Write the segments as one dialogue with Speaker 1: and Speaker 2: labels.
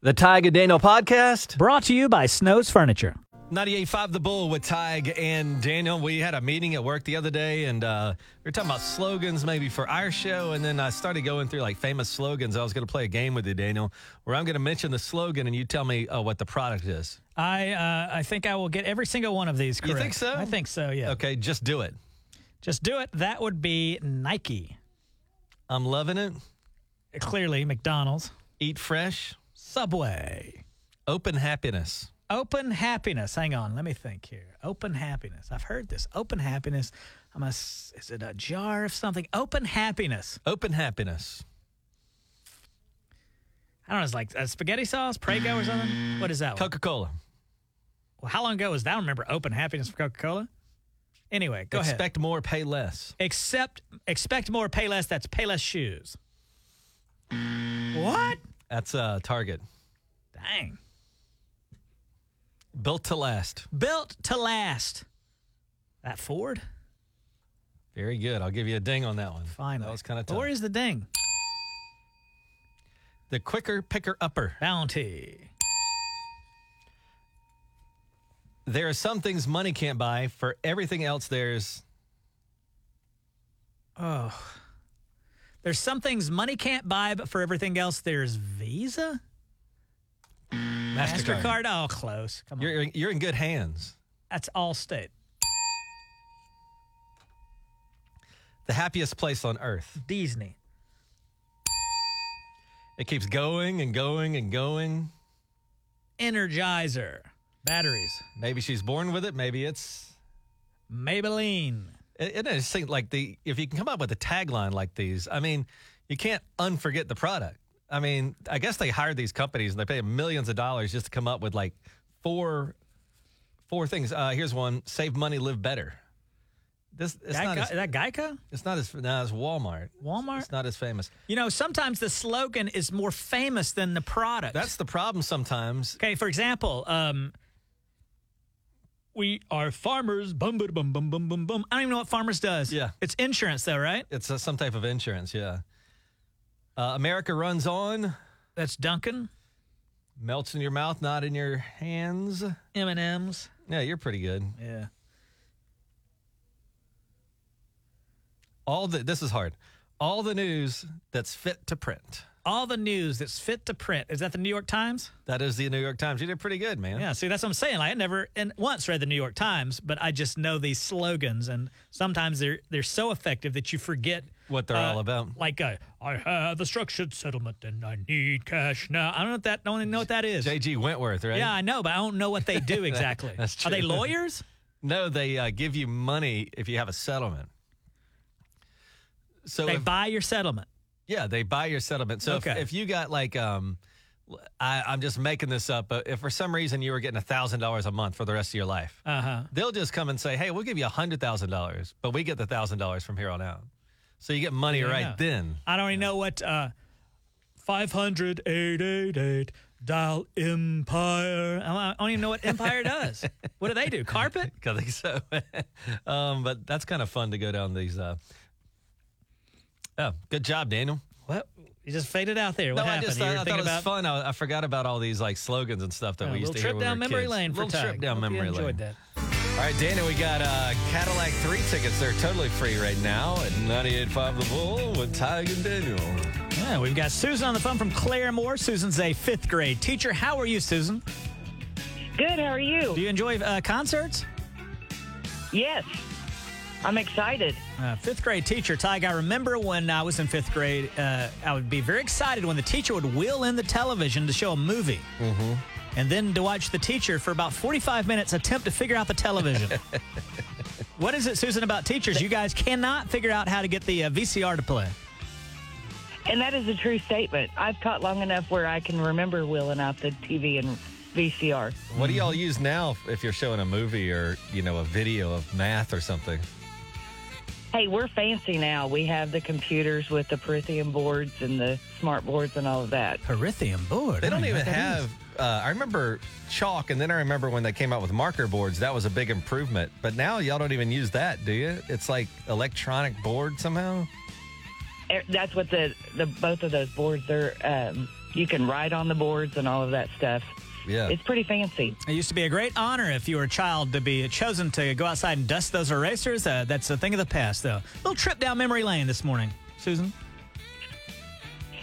Speaker 1: The Ty Dano podcast.
Speaker 2: Brought to you by Snow's Furniture.
Speaker 1: 98.5 The Bull with Tig and Daniel. We had a meeting at work the other day and uh, we were talking about slogans maybe for our show. And then I started going through like famous slogans. I was going to play a game with you, Daniel, where I'm going to mention the slogan and you tell me uh, what the product is.
Speaker 2: I uh, I think I will get every single one of these
Speaker 1: You
Speaker 2: correct.
Speaker 1: think so?
Speaker 2: I think so. Yeah.
Speaker 1: Okay, just do it.
Speaker 2: Just do it. That would be Nike.
Speaker 1: I'm loving it.
Speaker 2: Clearly, McDonald's,
Speaker 1: Eat fresh.
Speaker 2: Subway,
Speaker 1: Open happiness.
Speaker 2: Open Happiness. Hang on, let me think here. Open Happiness. I've heard this. Open Happiness. I'm a. s- Is it a jar of something? Open Happiness.
Speaker 1: Open happiness.
Speaker 2: I don't know. It's like a spaghetti sauce, Prego or something. What is that? One?
Speaker 1: Coca Cola.
Speaker 2: Well, how long ago was that? I don't remember Open Happiness for Coca Cola. Anyway, go ahead.
Speaker 1: Expect more, pay less.
Speaker 2: Except expect more, pay less. That's pay less shoes. What?
Speaker 1: That's uh, Target.
Speaker 2: Dang.
Speaker 1: Built to last.
Speaker 2: Built to last. That Ford?
Speaker 1: Very good. I'll give you a ding on that one.
Speaker 2: Finally.
Speaker 1: That was kind of tough.
Speaker 2: Where is the ding?
Speaker 1: the quicker picker upper.
Speaker 2: Bounty.
Speaker 1: There are some things money can't buy. For everything else, there's
Speaker 2: Oh. There's some things money can't buy, but for everything else, there's Visa?
Speaker 1: MasterCard.
Speaker 2: MasterCard? Oh, close. Come on.
Speaker 1: You're, you're in good hands.
Speaker 2: That's Allstate.
Speaker 1: The happiest place on earth.
Speaker 2: Disney.
Speaker 1: It keeps going and going and going.
Speaker 2: Energizer. Batteries.
Speaker 1: Maybe she's born with it. Maybe it's.
Speaker 2: Maybelline.
Speaker 1: It, it just seems like the if you can come up with a tagline like these, I mean, you can't unforget the product. I mean, I guess they hired these companies and they pay them millions of dollars just to come up with like four, four things. Uh, here's one: save money, live better. This it's
Speaker 2: Geico,
Speaker 1: not as,
Speaker 2: is that Geico?
Speaker 1: it's not as no, it's Walmart.
Speaker 2: Walmart?
Speaker 1: It's not as famous.
Speaker 2: You know, sometimes the slogan is more famous than the product.
Speaker 1: That's the problem sometimes.
Speaker 2: okay. For example, um, we are farmers. Bum bum bum bum bum bum bum. I don't even know what farmers does.
Speaker 1: Yeah.
Speaker 2: it's insurance though, right?
Speaker 1: It's uh, some type of insurance, yeah. Uh, America runs on,
Speaker 2: That's Duncan
Speaker 1: melts in your mouth, not in your hands.
Speaker 2: M and M's.
Speaker 1: Yeah, you're pretty good.
Speaker 2: Yeah.
Speaker 1: All the this is hard. All the news that's fit to print.
Speaker 2: All the news that's fit to print is that the New York Times.
Speaker 1: That is the New York Times. You did pretty good, man.
Speaker 2: Yeah. See, that's what I'm saying. Like, I never and once read the New York Times, but I just know these slogans, and sometimes they're they're so effective that you forget
Speaker 1: What they're
Speaker 2: uh,
Speaker 1: all about.
Speaker 2: like uh, I have a structured settlement and I need cash now. I don't know what that. I don't even know what that is.
Speaker 1: J.G. Wentworth, right?
Speaker 2: yeah, I know, but I don't know what they do exactly.
Speaker 1: That's
Speaker 2: Are they
Speaker 1: true.
Speaker 2: lawyers?
Speaker 1: No, they uh, give you money if you have a settlement. So
Speaker 2: they
Speaker 1: if-
Speaker 2: buy your settlement.
Speaker 1: Yeah, they buy your settlement. So if,
Speaker 2: Okay.
Speaker 1: if you got like, um, I, I'm just making this up, but if for some reason you were getting thousand dollars a month for the rest of your life,
Speaker 2: Uh huh.
Speaker 1: they'll just come and say, "Hey, we'll give you hundred thousand dollars, but we get the thousand dollars from here on out." So you get money right
Speaker 2: yeah.
Speaker 1: then.
Speaker 2: I don't even know what. Uh, Five hundred eight eight eight. Dial Empire. I don't even know what Empire does. what do they do? Carpet?
Speaker 1: I think so. um, but that's kind of fun to go down these. Uh... Oh, good job, Daniel.
Speaker 2: What? You just faded out there.
Speaker 1: no,
Speaker 2: What happened?
Speaker 1: I just
Speaker 2: You
Speaker 1: thought,
Speaker 2: were
Speaker 1: I thought it
Speaker 2: thinking
Speaker 1: was
Speaker 2: about
Speaker 1: fun. I, I forgot about all these like slogans and stuff that
Speaker 2: a
Speaker 1: we used
Speaker 2: little
Speaker 1: to hear
Speaker 2: trip
Speaker 1: when we
Speaker 2: down
Speaker 1: were
Speaker 2: memory
Speaker 1: kids.
Speaker 2: lane for
Speaker 1: little trip
Speaker 2: Tug.
Speaker 1: down
Speaker 2: Hope you
Speaker 1: memory lane.
Speaker 2: Enjoyed that.
Speaker 1: All right, Dana, we got uh, Cadillac 3 tickets. They're totally free right now at 98.5 The Bull with Tig and Daniel.
Speaker 2: Yeah, we've got Susan on the phone from Claremore. Susan's a fifth grade teacher. How are you, Susan?
Speaker 3: Good. How are you?
Speaker 2: Do you enjoy uh, concerts?
Speaker 3: yes, I'm excited.
Speaker 2: Uh, fifth grade teacher, Tig. I remember when I was in fifth grade, uh, I would be very excited when the teacher would wheel in the television to show a movie. Mm-hmm. And then to watch the teacher for about 45 minutes attempt to figure out the television. what is it, Susan, about teachers? You guys cannot figure out how to get the uh, VCR to play.
Speaker 3: And that is a true statement. I've taught long enough where I can remember wheeling out the TV and VCR.
Speaker 1: What do y'all use now if you're showing a movie or, you know, a video of math or something?
Speaker 3: Hey, we're fancy now. We have the computers with the Prithian boards and the smart boards and all of that.
Speaker 2: Perithium board.
Speaker 1: They
Speaker 2: I
Speaker 1: don't
Speaker 2: don't know
Speaker 1: even
Speaker 2: what that is.
Speaker 1: have, uh, I remember chalk, and then I remember when they came out with marker boards. That was a big improvement. But now y'all don't even use that, do you? It's like electronic board somehow.
Speaker 3: Er, That's what the, the both of those boards are um, you can write on the boards and all of that stuff.
Speaker 1: Yeah.
Speaker 3: It's pretty fancy.
Speaker 2: It used to be a great honor if you were a child to be chosen to go outside and dust those erasers. Uh, that's a thing of the past, though. Little trip down memory lane this morning, Susan.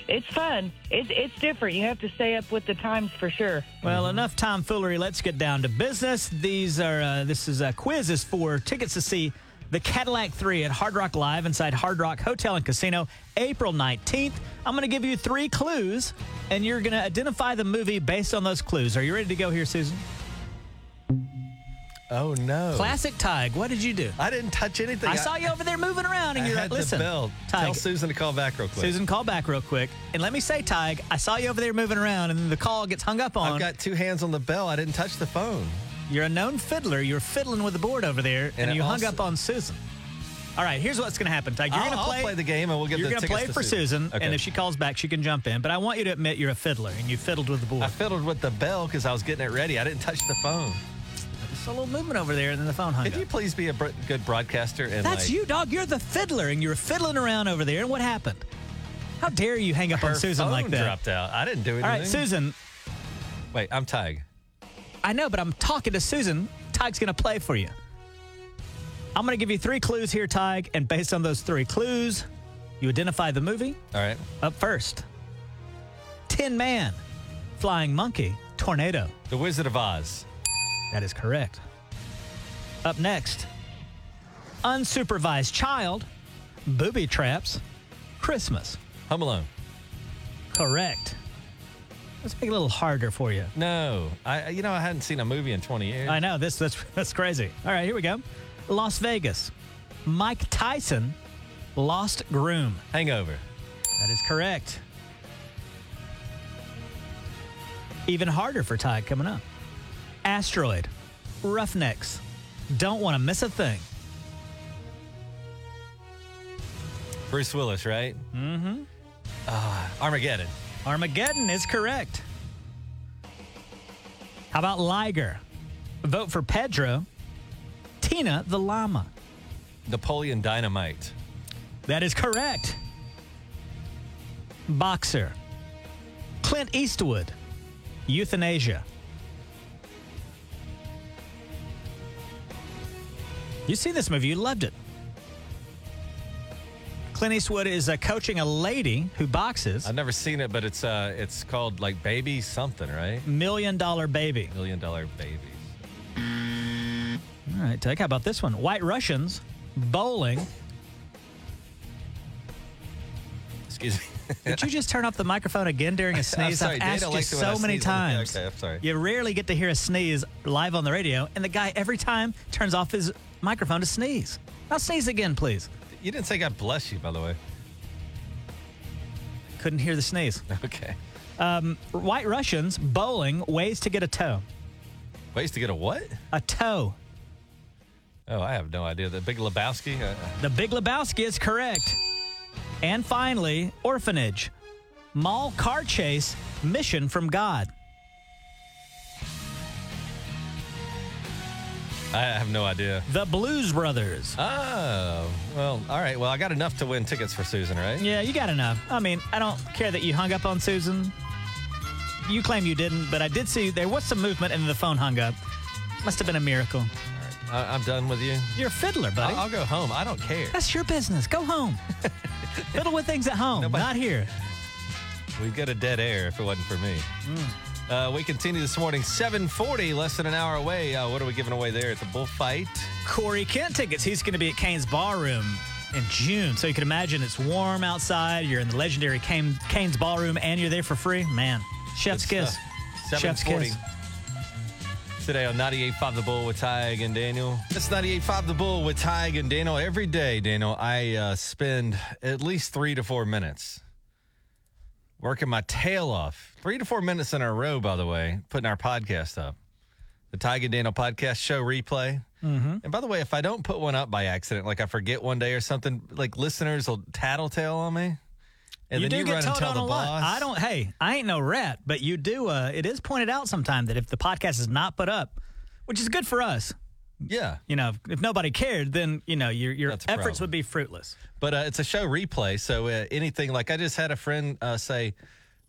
Speaker 3: It's fun. It's it's different. You have to stay up with the times for sure.
Speaker 1: Mm-hmm.
Speaker 2: Well, enough tomfoolery. Let's get down to business. These are uh, this is a quiz is for tickets to see the Cadillac Three at Hard Rock Live inside Hard Rock Hotel and Casino, April nineteenth. I'm going to give you three clues, and you're going to identify the movie based on those clues. Are you ready to go here, Susan?
Speaker 1: Oh no.
Speaker 2: Classic Tig. What did you do?
Speaker 1: I didn't touch anything.
Speaker 2: I saw you over there moving around, and
Speaker 1: I
Speaker 2: you're
Speaker 1: had
Speaker 2: like, listen,
Speaker 1: the bell. Tell
Speaker 2: Tig.
Speaker 1: Susan to call back real quick.
Speaker 2: Susan, call back real quick, and let me say, Tig, I saw you over there moving around, and then the call gets hung up on.
Speaker 1: I've got two hands on the bell. I didn't touch the phone.
Speaker 2: You're a known fiddler. You're fiddling with the board over there, and,
Speaker 1: And it
Speaker 2: you hung
Speaker 1: also-
Speaker 2: up on Susan. All right, here's what's going to happen, Tyke. You're
Speaker 1: I'll-
Speaker 2: going to
Speaker 1: I'll
Speaker 2: play,
Speaker 1: play the game and we'll get
Speaker 2: You're
Speaker 1: the
Speaker 2: gonna
Speaker 1: tickets
Speaker 2: play
Speaker 1: to
Speaker 2: for
Speaker 1: Susan.
Speaker 2: Susan, and
Speaker 1: Okay.
Speaker 2: if she calls back, she can jump in. But I want you to admit you're a fiddler and you fiddled with the board.
Speaker 1: I fiddled with the bell because I was getting it ready. I didn't touch the phone.
Speaker 2: Just a little movement over there, and then the phone hung
Speaker 1: Could
Speaker 2: up.
Speaker 1: you please be a br- good broadcaster? And
Speaker 2: That's
Speaker 1: like,
Speaker 2: you, dog. You're the fiddler, and you were fiddling around over there. And what happened? How dare you hang up
Speaker 1: Her
Speaker 2: on Susan
Speaker 1: phone
Speaker 2: like that?
Speaker 1: dropped out. I didn't do anything.
Speaker 2: All right, Susan.
Speaker 1: Wait, I'm Tig.
Speaker 2: I know, but I'm talking to Susan. Tig's going to play for you. I'm going to give you three clues here, Tig, and based on those three clues, you identify the movie.
Speaker 1: All right.
Speaker 2: Up first, Tin Man, Flying Monkey, Tornado.
Speaker 1: The Wizard of Oz.
Speaker 2: That is correct. Up next, Unsupervised Child, Booby Traps, Christmas.
Speaker 1: Home Alone.
Speaker 2: Correct. Let's make it a little harder for you.
Speaker 1: No. I. You know, I hadn't seen a movie in 20 years.
Speaker 2: I know this that's that's crazy. All right, here we go. Las Vegas. Mike Tyson, Lost Groom.
Speaker 1: Hangover.
Speaker 2: That is correct. Even harder for Ty coming up. Asteroid, Roughnecks. Don't want to miss a thing.
Speaker 1: Bruce Willis, right? Mm-hmm. Uh, Armageddon.
Speaker 2: Armageddon is correct. How about Liger? Vote for Pedro. Tina the llama.
Speaker 1: Napoleon Dynamite.
Speaker 2: That is correct. Boxer. Clint Eastwood. Euthanasia. You see this movie, you loved it. Clint Eastwood is uh, coaching a lady who boxes.
Speaker 1: I've never seen it, but it's uh, it's called like Baby something, right?
Speaker 2: Million Dollar Baby.
Speaker 1: Million Dollar Babies.
Speaker 2: All right, Tech, how about this one? White Russians, bowling.
Speaker 1: Excuse me.
Speaker 2: Did you just turn off the microphone again during a sneeze?
Speaker 1: sorry,
Speaker 2: I've
Speaker 1: Dana
Speaker 2: asked you
Speaker 1: likes it when I
Speaker 2: so many
Speaker 1: sneeze on the-
Speaker 2: times.
Speaker 1: okay, I'm sorry.
Speaker 2: You rarely get to hear a sneeze live on the radio, and the guy every time turns off his microphone to sneeze. Now sneeze again, please.
Speaker 1: you didn't say God bless you, by the way.
Speaker 2: Couldn't hear the sneeze.
Speaker 1: Okay.
Speaker 2: White Russians bowling ways to get a toe.
Speaker 1: Ways to get a what?
Speaker 2: A toe.
Speaker 1: Oh, I have no idea. The Big Lebowski. Uh,
Speaker 2: The Big Lebowski is correct. And finally, orphanage, mall car chase, mission from God.
Speaker 1: I have no idea.
Speaker 2: The Blues Brothers.
Speaker 1: Oh, well, all right. Well, I got enough to win tickets for Susan, right?
Speaker 2: Yeah, you got enough. I mean, I don't care that you hung up on Susan. You claim you didn't, but I did see there was some movement and the phone hung up. Must have been a miracle.
Speaker 1: I, I'm done with you.
Speaker 2: You're a fiddler, buddy.
Speaker 1: I'll, I'll go home. I don't care.
Speaker 2: That's your business. Go home. Fiddle with things at home,
Speaker 1: Nobody-
Speaker 2: not here.
Speaker 1: We'd get a dead air if it wasn't for me. Uh, we continue this morning, 740, less than an hour away. Uh, what are we giving away there at the bullfight?
Speaker 2: Corey Kent tickets. He's going to be at Kane's Ballroom in June. So you can imagine it's warm outside. You're in the legendary Kane, Kane's Ballroom and you're there for free. Man, chef's
Speaker 1: Good
Speaker 2: kiss.
Speaker 1: stuff.
Speaker 2: Chef's
Speaker 1: 740.
Speaker 2: kiss.
Speaker 1: Today on 98.5 The Bull with Tig and Daniel. It's 98.5 The Bull with Tig and Daniel. Every day, Daniel, I uh, spend at least three to four minutes working my tail off. Three to four minutes in a row, by the way, putting our podcast up. The Tig and Daniel podcast show replay. Mm-hmm. And by the way, if I don't put one up by accident, like I forget one day or something, like listeners will tattletale on me. And then
Speaker 2: you do
Speaker 1: you
Speaker 2: get
Speaker 1: run and
Speaker 2: told
Speaker 1: tell
Speaker 2: on
Speaker 1: the
Speaker 2: a lot.
Speaker 1: boss.
Speaker 2: I don't. Hey, I ain't no rat, but you do. Uh, it is pointed out sometime that if the podcast is not put up, which is good for us,
Speaker 1: Yeah.
Speaker 2: you know, if nobody cared, then you know your your
Speaker 1: That's
Speaker 2: efforts
Speaker 1: a problem.
Speaker 2: would be fruitless.
Speaker 1: But uh, it's a show replay, so uh, anything like I just had a friend uh, say,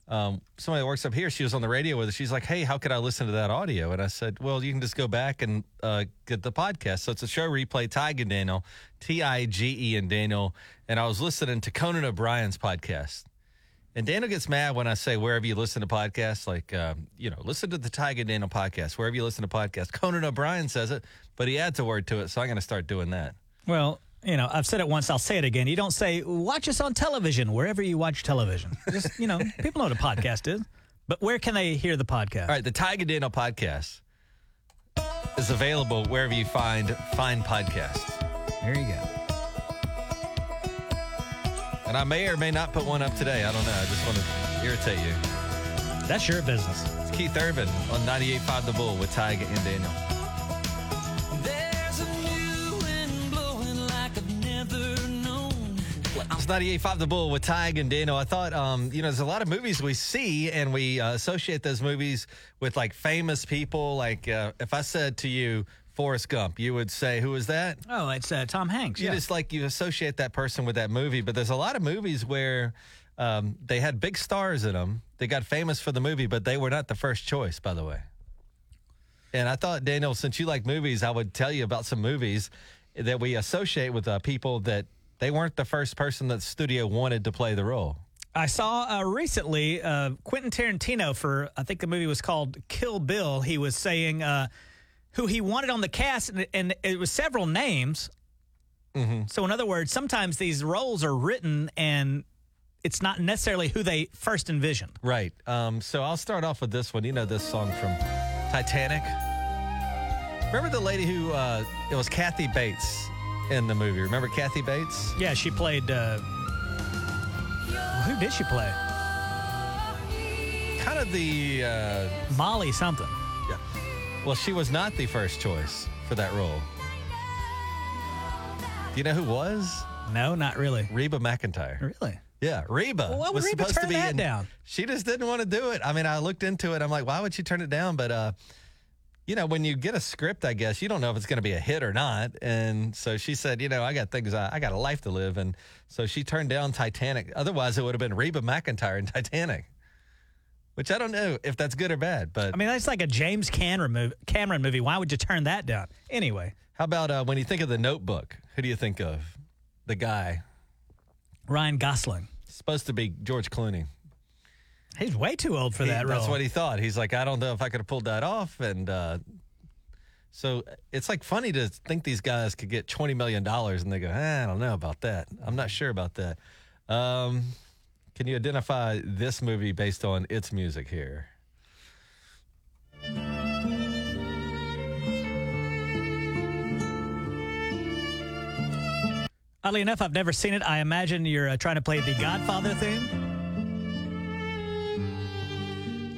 Speaker 1: um, somebody that works up here, she was on the radio with us. She's like, "Hey, how could I listen to that audio?" And I said, "Well, you can just go back and uh, get the podcast." So it's a show replay. Tig and Daniel, T I G E and Daniel, and I was listening to Conan O'Brien's podcast. And Daniel gets mad when I say wherever you listen to podcasts, like um, you know, listen to the Tiger Daniel podcast. Wherever you listen to podcasts, Conan O'Brien says it, but he adds a word to it, so I'm going to start doing that.
Speaker 2: Well, you know, I've said it once, I'll say it again. You don't say, watch us on television, wherever you watch television. Just, you know, people know what a podcast is. But where can they hear the podcast?
Speaker 1: All right, the Tiger Daniel podcast is available wherever you find fine podcasts,
Speaker 2: There you go.
Speaker 1: and I may or may not put one up today. I don't know. I just want to irritate you.
Speaker 2: That's your business.
Speaker 1: It's Keith Urban on 98.5 The Bull with Tiger and Daniel.
Speaker 4: There's a new wind blowing like I've never known.
Speaker 1: It's 98.5 The Bull with Tig and Dano. I thought, um, you know, there's a lot of movies we see and we uh, associate those movies with like famous people. Like uh, if I said to you, Forrest Gump, you would say, who is that?
Speaker 2: Oh, it's uh, Tom Hanks.
Speaker 1: You
Speaker 2: yeah.
Speaker 1: just like, you associate that person with that movie. But there's a lot of movies where um, they had big stars in them. They got famous for the movie, but they were not the first choice, by the way. And I thought, Daniel, since you like movies, I would tell you about some movies that we associate with uh, people that they weren't the first person that the studio wanted to play the role.
Speaker 2: I saw uh, recently uh, Quentin Tarantino for I think the movie was called Kill Bill. He was saying uh, who he wanted on the cast, and, and it was several names. So, in other words, sometimes these roles are written, and it's not necessarily who they first envisioned.
Speaker 1: Right. Um, so I'll start off with this one. You know this song from Titanic? Remember the lady who, uh, it was Kathy Bates in the movie. Remember Kathy Bates?
Speaker 2: Yeah, she played. Uh, who did she play?
Speaker 1: Kind of the, uh,
Speaker 2: Molly something.
Speaker 1: well, she was not the first choice for that role. Do you know who was?
Speaker 2: No, not really.
Speaker 1: Reba McIntyre.
Speaker 2: Really?
Speaker 1: Yeah, Reba.
Speaker 2: Well, why would
Speaker 1: was
Speaker 2: Reba
Speaker 1: supposed to
Speaker 2: turn
Speaker 1: be
Speaker 2: that
Speaker 1: in-
Speaker 2: down?
Speaker 1: She just didn't want to do it. I mean, I looked into it. I'm like, why would she turn it down? But uh, you know, when you get a script, I guess you don't know if it's going to be a hit or not. And so she said, you know, I got things, I, I got a life to live, and so she turned down Titanic. Otherwise, it would have been Reba McIntyre in Titanic, which I don't know if that's good or bad. But
Speaker 2: I mean, that's like a James Cameron movie. Cameron movie. Why would you turn that down? Anyway,
Speaker 1: how about uh, when you think of the Notebook? Who do you think of? The guy
Speaker 2: Ryan Gosling.
Speaker 1: supposed to be George Clooney.
Speaker 2: He's way too old for
Speaker 1: He-
Speaker 2: that role.
Speaker 1: That's what he thought. He's like, I don't know if I could have pulled that off. And uh, so it's like funny to think these guys could get twenty million dollars, and they go, eh, I don't know about that. I'm not sure about that. Um, can you identify this movie based on its music here?
Speaker 2: Oddly enough, I've never seen it. I imagine you're uh, trying to play the Godfather theme.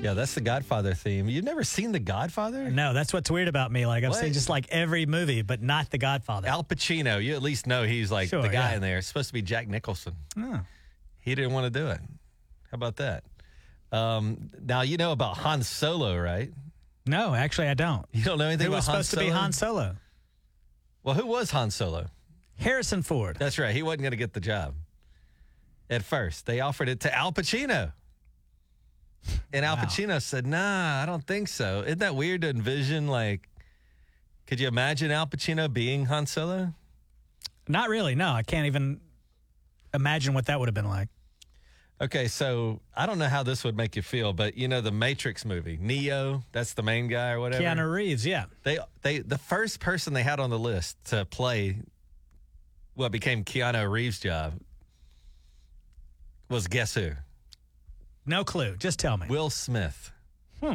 Speaker 1: Yeah, that's the Godfather theme. You've never seen the Godfather?
Speaker 2: No, that's what's weird about me. Like I've
Speaker 1: What?
Speaker 2: seen just like every movie, but not the Godfather.
Speaker 1: Al Pacino. You at least know he's like
Speaker 2: Sure,
Speaker 1: the guy
Speaker 2: yeah.
Speaker 1: in there. It's supposed to be Jack Nicholson.
Speaker 2: Oh.
Speaker 1: He didn't want to do it. How about that? Um, now you know about Han Solo, right?
Speaker 2: No, actually, I don't.
Speaker 1: You don't know anything
Speaker 2: Who
Speaker 1: about
Speaker 2: was
Speaker 1: Han
Speaker 2: supposed to be
Speaker 1: Solo?
Speaker 2: Han Solo?
Speaker 1: Well, who was Han Solo?
Speaker 2: Harrison Ford.
Speaker 1: That's right. He wasn't going to get the job. At first, they offered it to Al Pacino. And Al
Speaker 2: Wow.
Speaker 1: Pacino said, nah, I don't think so. Isn't that weird to envision? Like, could you imagine Al Pacino being Han Solo?
Speaker 2: Not really. No, I can't even imagine what that would have been like.
Speaker 1: Okay, so I don't know how this would make you feel, but you know the Matrix movie, Neo, that's the main guy or whatever.
Speaker 2: Keanu Reeves. Yeah.
Speaker 1: They they the first person they had on the list to play what became Keanu Reeves' job was guess who?
Speaker 2: No clue. Just tell me.
Speaker 1: Will Smith.
Speaker 2: Hmm.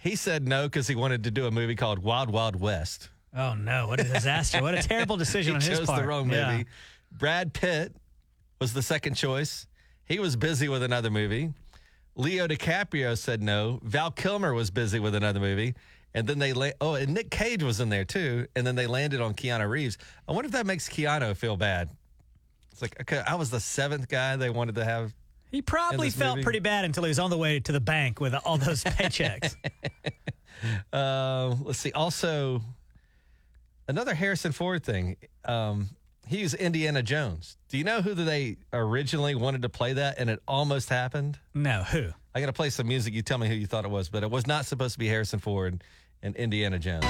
Speaker 1: He said no because he wanted to do a movie called Wild Wild West.
Speaker 2: oh no! What a disaster! what a terrible
Speaker 1: He
Speaker 2: decision on his
Speaker 1: chose
Speaker 2: part.
Speaker 1: the wrong movie.
Speaker 2: Yeah.
Speaker 1: Brad Pitt was the second choice. He was busy with another movie. Leo DiCaprio said no. Val Kilmer was busy with another movie. And then they la- oh, and Nick Cage was in there too. And then they landed on Keanu Reeves. I wonder if that makes Keanu feel bad. It's like okay, I was the seventh guy they wanted to have.
Speaker 2: He probably
Speaker 1: this
Speaker 2: felt
Speaker 1: movie.
Speaker 2: pretty bad until he was on the way to the bank with all those paychecks.
Speaker 1: Uh, let's see. Also, another Harrison Ford thing. Um, He's Indiana Jones. Do you know who they originally wanted to play that and it almost happened?
Speaker 2: No, who?
Speaker 1: I'm going to play some music. You tell me who you thought it was, but it was not supposed to be Harrison Ford and Indiana Jones.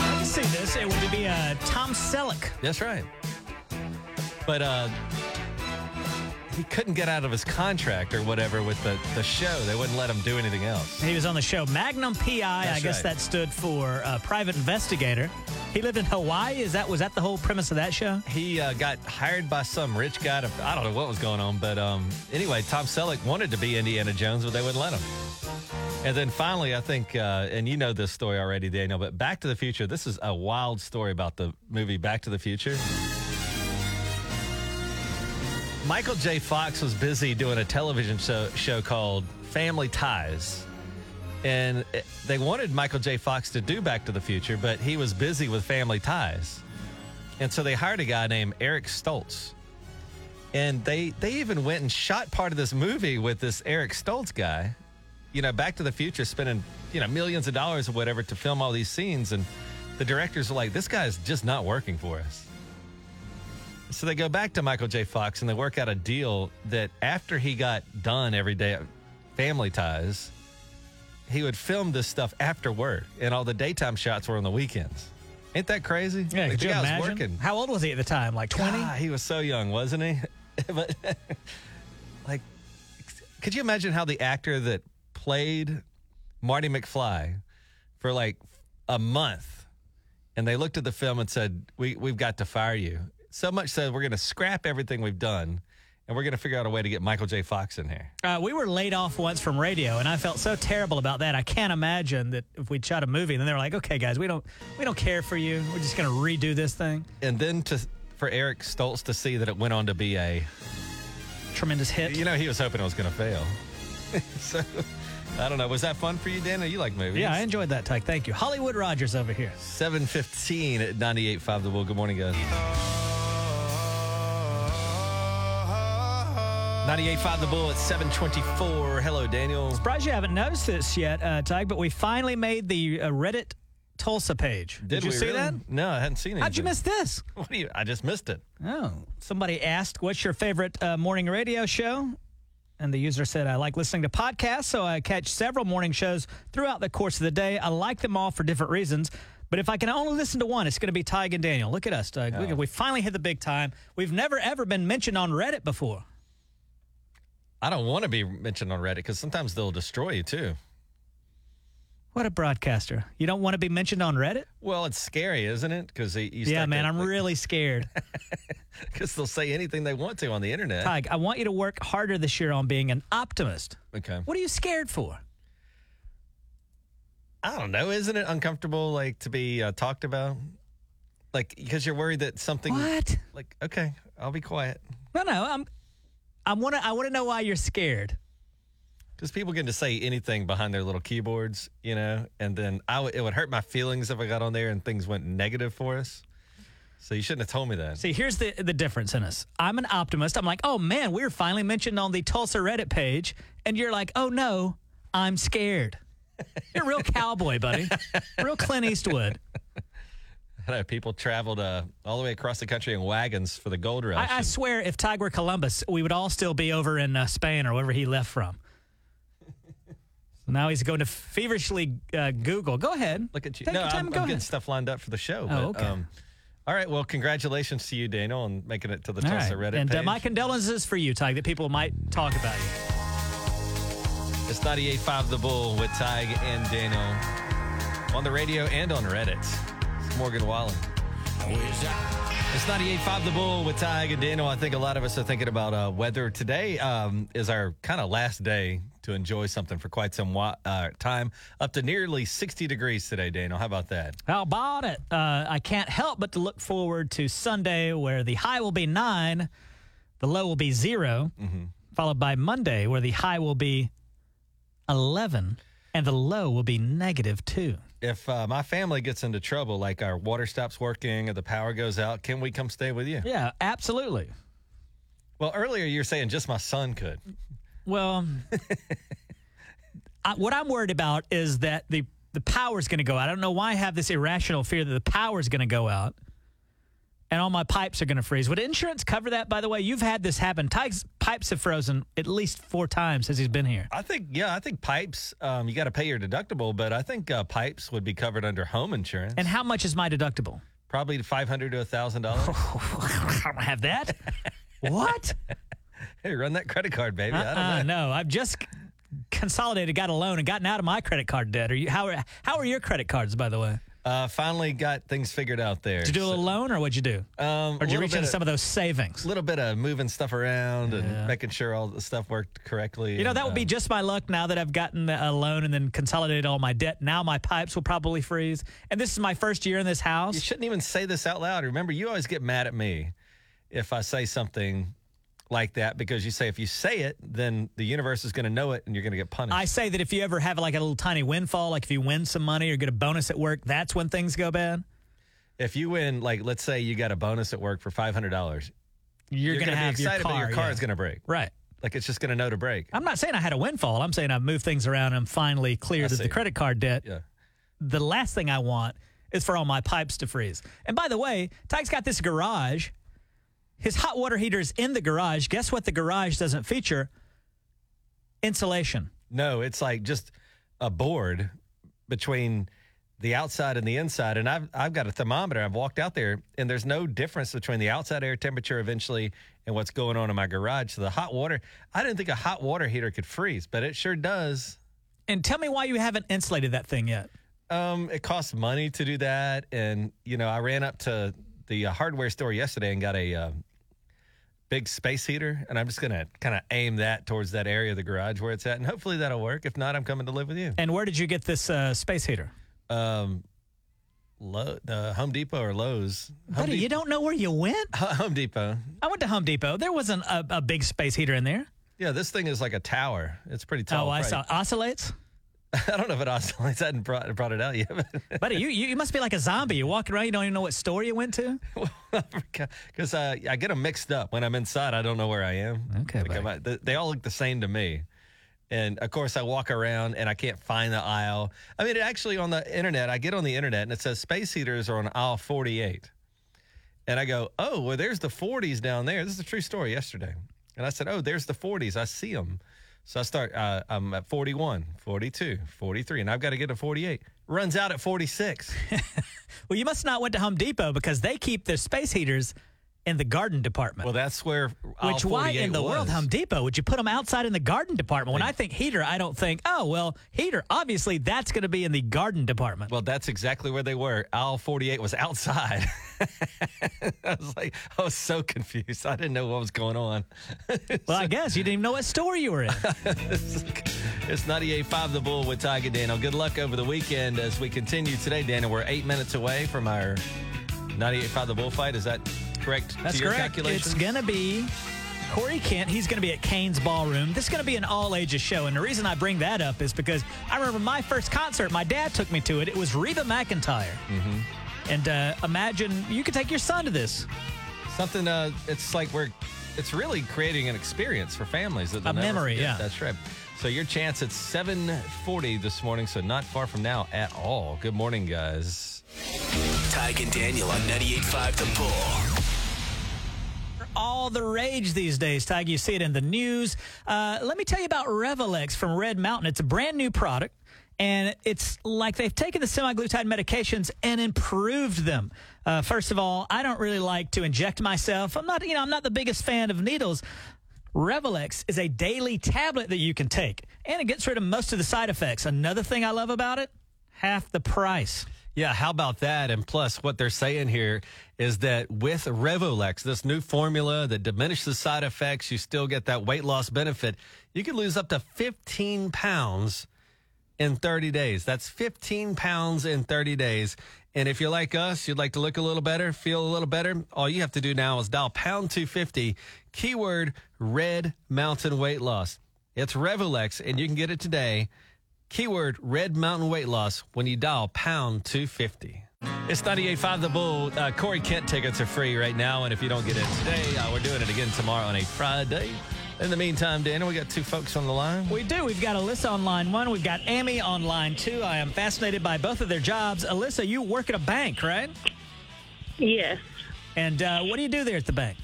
Speaker 2: I see this. It would be uh, Tom Selleck.
Speaker 1: That's right. But uh, he couldn't get out of his contract or whatever with the, the show. They wouldn't let him do anything else.
Speaker 2: He was on the show Magnum PI. I
Speaker 1: That's
Speaker 2: guess
Speaker 1: right.
Speaker 2: that stood for uh, Private Investigator. He lived in Hawaii. Is that was that the whole premise of that show?
Speaker 1: He uh, got hired by some rich guy. To, I don't know what was going on, but um, anyway, Tom Selleck wanted to be Indiana Jones, but they wouldn't let him. And then finally, I think, uh, and you know this story already, Daniel, but Back to the Future. This is a wild story about the movie Back to the Future. Michael J. Fox was busy doing a television show, show called Family Ties. And eh, they wanted Michael J. Fox to do Back to the Future, but he was busy with Family Ties. And so they hired a guy named Eric Stoltz. And they they even went and shot part of this movie with this Eric Stoltz guy. You know, Back to the Future spending, you know, millions of dollars or whatever to film all these scenes and the directors were like, this guy's just not working for us. So they go back to Michael J. Fox and they work out a deal that after he got done every day at Family Ties, he would film this stuff after work and all the daytime shots were on the weekends. Ain't that crazy? Like,
Speaker 2: could
Speaker 1: the
Speaker 2: you
Speaker 1: guy was
Speaker 2: imagine?
Speaker 1: working.
Speaker 2: How old was he at the time? Like twenty?
Speaker 1: Ah, he was so young, wasn't he? but like, could you imagine how the actor that played Marty McFly for like a month, and they looked at the film and said, "We we've got to fire you." So much so, we're going to scrap everything we've done, and we're going to figure out a way to get Michael J. Fox in here.
Speaker 2: Uh, we were laid off once from radio, and I felt so terrible about that. I can't imagine that if we'd shot a movie, and then they were like, "Okay, guys, we don't we don't care for you. We're just going to redo this thing."
Speaker 1: And then to for Eric Stoltz to see that it went on to be a
Speaker 2: Tremendous hit.
Speaker 1: You know, he was hoping it was going to fail. so, I don't know. Was that fun for you, Dana? You like movies?
Speaker 2: yeah, I enjoyed that, Tyke. Thank you, Hollywood Rogers over here.
Speaker 1: 715 at 98.5 The Bull. Good morning, guys. 98.5 The Bull at 724. Hello, Daniel.
Speaker 2: Surprised you haven't noticed this yet, uh, Tyke, but we finally made the uh, Reddit Tulsa page. Did, you
Speaker 1: we
Speaker 2: see
Speaker 1: really?
Speaker 2: that?
Speaker 1: No, I hadn't seen it.
Speaker 2: How'd you miss this?
Speaker 1: What do you, I just missed it.
Speaker 2: Oh, somebody asked, "What's your favorite uh, morning radio show?" And the user said, "I like listening to podcasts, so I catch several morning shows throughout the course of the day. I like them all for different reasons, but if I can only listen to one, it's going to be Tig and Daniel. Look at us, Tig. We, we finally hit the big time. We've never ever been mentioned on Reddit before.
Speaker 1: I don't want to be mentioned on Reddit because sometimes they'll destroy you, too.
Speaker 2: What a broadcaster! You don't want to be mentioned on Reddit?
Speaker 1: Well, it's scary, isn't it? Because
Speaker 2: yeah, man, I'm really scared.
Speaker 1: because they'll say anything they want to on the internet.
Speaker 2: Tig, I want you to work harder this year on being an optimist.
Speaker 1: Okay.
Speaker 2: What are you scared for?
Speaker 1: I don't know. Isn't it uncomfortable, like to be uh, talked about, like because you're worried that something,
Speaker 2: What?
Speaker 1: like, okay, I'll be quiet
Speaker 2: No, no, I'm. I want to. I want to know why you're scared.
Speaker 1: because people can just say anything behind their little keyboards, you know, and then I would it would hurt my feelings if I got on there and things went negative for us. So you shouldn't have told me that.
Speaker 2: See, here's the the difference in us. I'm an optimist. I'm like, oh man, we were finally mentioned on the Tulsa Reddit page, and you're like, oh no, I'm scared. You're a real cowboy, buddy. Real Clint Eastwood.
Speaker 1: I know people traveled uh, all the way across the country in wagons for the gold rush.
Speaker 2: I, I swear, if Tig were Columbus, we would all still be over in uh, Spain or wherever he left from. Now he's going to feverishly uh, Google. Go ahead.
Speaker 1: Look at you.
Speaker 2: Take
Speaker 1: no,
Speaker 2: your
Speaker 1: I'm,
Speaker 2: time. and go
Speaker 1: I'm getting
Speaker 2: ahead. Oh,
Speaker 1: stuff lined up for the show. um,
Speaker 2: okay.
Speaker 1: all right. Well, congratulations to you, Daniel, on making it to the
Speaker 2: All
Speaker 1: Tulsa
Speaker 2: right.
Speaker 1: Reddit
Speaker 2: And uh,
Speaker 1: page.
Speaker 2: my condolences for you, Tig, that people might talk about you.
Speaker 1: It's 98.5 The Bull with Tig and Daniel on the radio and on Reddit. It's Morgan Wallen. It's 98.5 The Bull with Tig and Daniel. I think a lot of us are thinking about uh, weather. Today um, is our kind of last day to enjoy something for quite some wa- uh, time. Up to nearly 60 degrees today, Daniel. How about that?
Speaker 2: How about it? Uh, I can't help but to look forward to Sunday, where the high will be nine, the low will be 0
Speaker 1: Mm-hmm.
Speaker 2: followed by Monday, where the high will be 11 and the low will be negative two.
Speaker 1: If uh, my family gets into trouble, like our water stops working or the power goes out, can we come stay with you?
Speaker 2: Yeah, absolutely.
Speaker 1: Well, earlier you were saying just my son could.
Speaker 2: Well, I, what I'm worried about is that the the power's going to go out. I don't know why I have this irrational fear that the power's going to go out and all my pipes are going to freeze. Would insurance cover that, by the way? You've had this happen. Ty's pipes have frozen at least four times since he's been here.
Speaker 1: I think, yeah, I think pipes, um, you got to pay your deductible, but I think uh, pipes would be covered under home insurance.
Speaker 2: And how much is my deductible?
Speaker 1: Probably 500 to $1,000.
Speaker 2: I don't have that. what?
Speaker 1: hey, run that credit card, baby. I don't
Speaker 2: Uh, no, I've just consolidated, got a loan, and gotten out of my credit card debt. Are you? How are how are your credit cards, by the way?
Speaker 1: know. Uh, finally got things figured out there.
Speaker 2: Did you do
Speaker 1: So,
Speaker 2: a loan, or what'd you do?
Speaker 1: um,
Speaker 2: or did you
Speaker 1: little
Speaker 2: reach
Speaker 1: bit
Speaker 2: into
Speaker 1: of-
Speaker 2: some of those savings?
Speaker 1: little bit of moving stuff around and making sure all the stuff worked correctly. uh,
Speaker 2: You know, that would be
Speaker 1: just
Speaker 2: just my luck now that I've gotten a loan and then consolidated all my debt. Now my pipes will probably freeze. And this is my first year in this
Speaker 1: you
Speaker 2: house.
Speaker 1: shouldn't even say this out loud. Remember, you always get mad at me if I say something like that because you say if you say it, then the universe is going to know it and you're going to get punished.
Speaker 2: I say that if you ever have like a little tiny windfall, like if you win some money or get a bonus at work, that's when things go bad.
Speaker 1: if you win, like, let's say you got a bonus at work for five hundred dollars,
Speaker 2: You're, going to
Speaker 1: be
Speaker 2: have
Speaker 1: excited,
Speaker 2: your car.
Speaker 1: but your car
Speaker 2: yeah.
Speaker 1: is going to break.
Speaker 2: right.
Speaker 1: Like, it's just going to know to break.
Speaker 2: I'm not saying I had a windfall. I'm saying I've moved things around. I'm finally cleared of the
Speaker 1: see.
Speaker 2: credit card debt.
Speaker 1: Yeah.
Speaker 2: The last thing I want is for all my pipes to freeze. And by the way, Tyke's got this garage. His hot water heater is in the garage. Guess what the garage doesn't feature? Insulation.
Speaker 1: No, it's like just a board between the outside and the inside. And I've I've got a thermometer. I've walked out there and there's no difference between the outside air temperature eventually and what's going on in my garage. So the hot water I didn't think a hot water heater could freeze, but it sure does.
Speaker 2: And tell me why you haven't insulated that thing yet.
Speaker 1: Um, it costs money to do that. And, you know, I ran up to the uh, hardware store yesterday and got a um, big space heater. And I'm just going to kind of aim that towards that area of the garage where it's at. And hopefully that'll work. If not, I'm coming to live with you.
Speaker 2: And where did you get this uh, space heater?
Speaker 1: um, Lo- uh, Home Depot or Lowe's. Home,
Speaker 2: Buddy,
Speaker 1: Dep-
Speaker 2: you don't know where you went?
Speaker 1: Ho- Home Depot.
Speaker 2: I went to Home Depot. There wasn't a, a big space heater in there.
Speaker 1: Yeah, this thing is like a tower. It's pretty
Speaker 2: Oh,
Speaker 1: tall.
Speaker 2: I
Speaker 1: Probably-
Speaker 2: saw oscillates.
Speaker 1: I don't know if it oscillates. I hadn't brought, brought it out yet. but-
Speaker 2: Buddy, you, you, you must be like a zombie. You're walking around, you don't even know what store you went to.
Speaker 1: Because uh, I get them mixed up when I'm inside. I don't know where I am.
Speaker 2: Okay,
Speaker 1: Like,
Speaker 2: buddy.
Speaker 1: I'm at- they, they all look the same to me. And of course, I walk around and I can't find the aisle. I mean, it actually on the internet, I get on the internet and it says space heaters are on aisle 48. And I go, oh, well, there's the 40s down there. This is a true story yesterday. And I said, oh, there's the 40s. I see them. So I start, uh, I'm at 41, 42, 43, and I've got to get to 48. Runs out at 46.
Speaker 2: Well, you must not went to Home Depot because they keep their space heaters in the garden department.
Speaker 1: well, that's where aisle
Speaker 2: which why
Speaker 1: 48
Speaker 2: in the world
Speaker 1: was.
Speaker 2: Home Depot would you put them outside in the garden department? When I think heater, I don't think, oh well, heater. Obviously, that's going to be in the garden department.
Speaker 1: Well, that's exactly where they were. Aisle 48 was outside. I was like, I was so confused. I didn't know what was going on.
Speaker 2: Well, I guess you didn't even know what store you were in.
Speaker 1: it's 98.5 The Bull with Tiger Daniel. Good luck over the weekend as we continue today, Daniel. We're eight minutes away from our 98.5 The Bull fight. Is that correct
Speaker 2: That's
Speaker 1: to your
Speaker 2: correct.
Speaker 1: calculations?
Speaker 2: It's going to be Corey Kent. He's going to be at Kane's Ballroom. This is going to be an all ages show. And the reason I bring that up is because I remember my first concert, my dad took me to it. It was Reba McIntyre.
Speaker 1: Mm-hmm.
Speaker 2: And uh, imagine you could take your son to this.
Speaker 1: Something, uh, it's like we're, it's really creating an experience for families. That they'll
Speaker 2: A
Speaker 1: never
Speaker 2: memory,
Speaker 1: forget.
Speaker 2: yeah.
Speaker 1: That's right. So your chance at 7.40 this morning, so not far from now at all. Good morning, guys.
Speaker 5: Tyke and Daniel on 98.5 The Bull.
Speaker 2: all the rage these days, Tiger. You see it in the news. Uh, let me tell you about Revelex from Red Mountain. It's a brand new product, and it's like they've taken the semi-glutide medications and improved them. Uh, first of all, I don't really like to inject myself. I'm not, you know, I'm not the biggest fan of needles. Revelex is a daily tablet that you can take, and it gets rid of most of the side effects. Another thing I love about it, half the price.
Speaker 1: Yeah, how about that? And plus, what they're saying here is that with Revolex, this new formula that diminishes side effects, you still get that weight loss benefit. You could lose up to 15 pounds in 30 days. That's 15 pounds in 30 days. And if you're like us, you'd like to look a little better, feel a little better, all you have to do now is dial pound 250, keyword Red Mountain Weight Loss. It's Revolex, and you can get it today. Keyword Red Mountain Weight Loss when you dial pound 250. It's 98.5 The Bull. Uh, Corey Kent tickets are free right now, and if you don't get in today, uh, we're doing it again tomorrow on a Friday. In the meantime, Daniel, we got two folks on the line.
Speaker 2: We do. We've got Alyssa on line one. We've got Amy on line two. I am fascinated by both of their jobs. Alyssa, you work at a bank, right?
Speaker 6: Yes.
Speaker 2: And uh, what do you do there at the bank?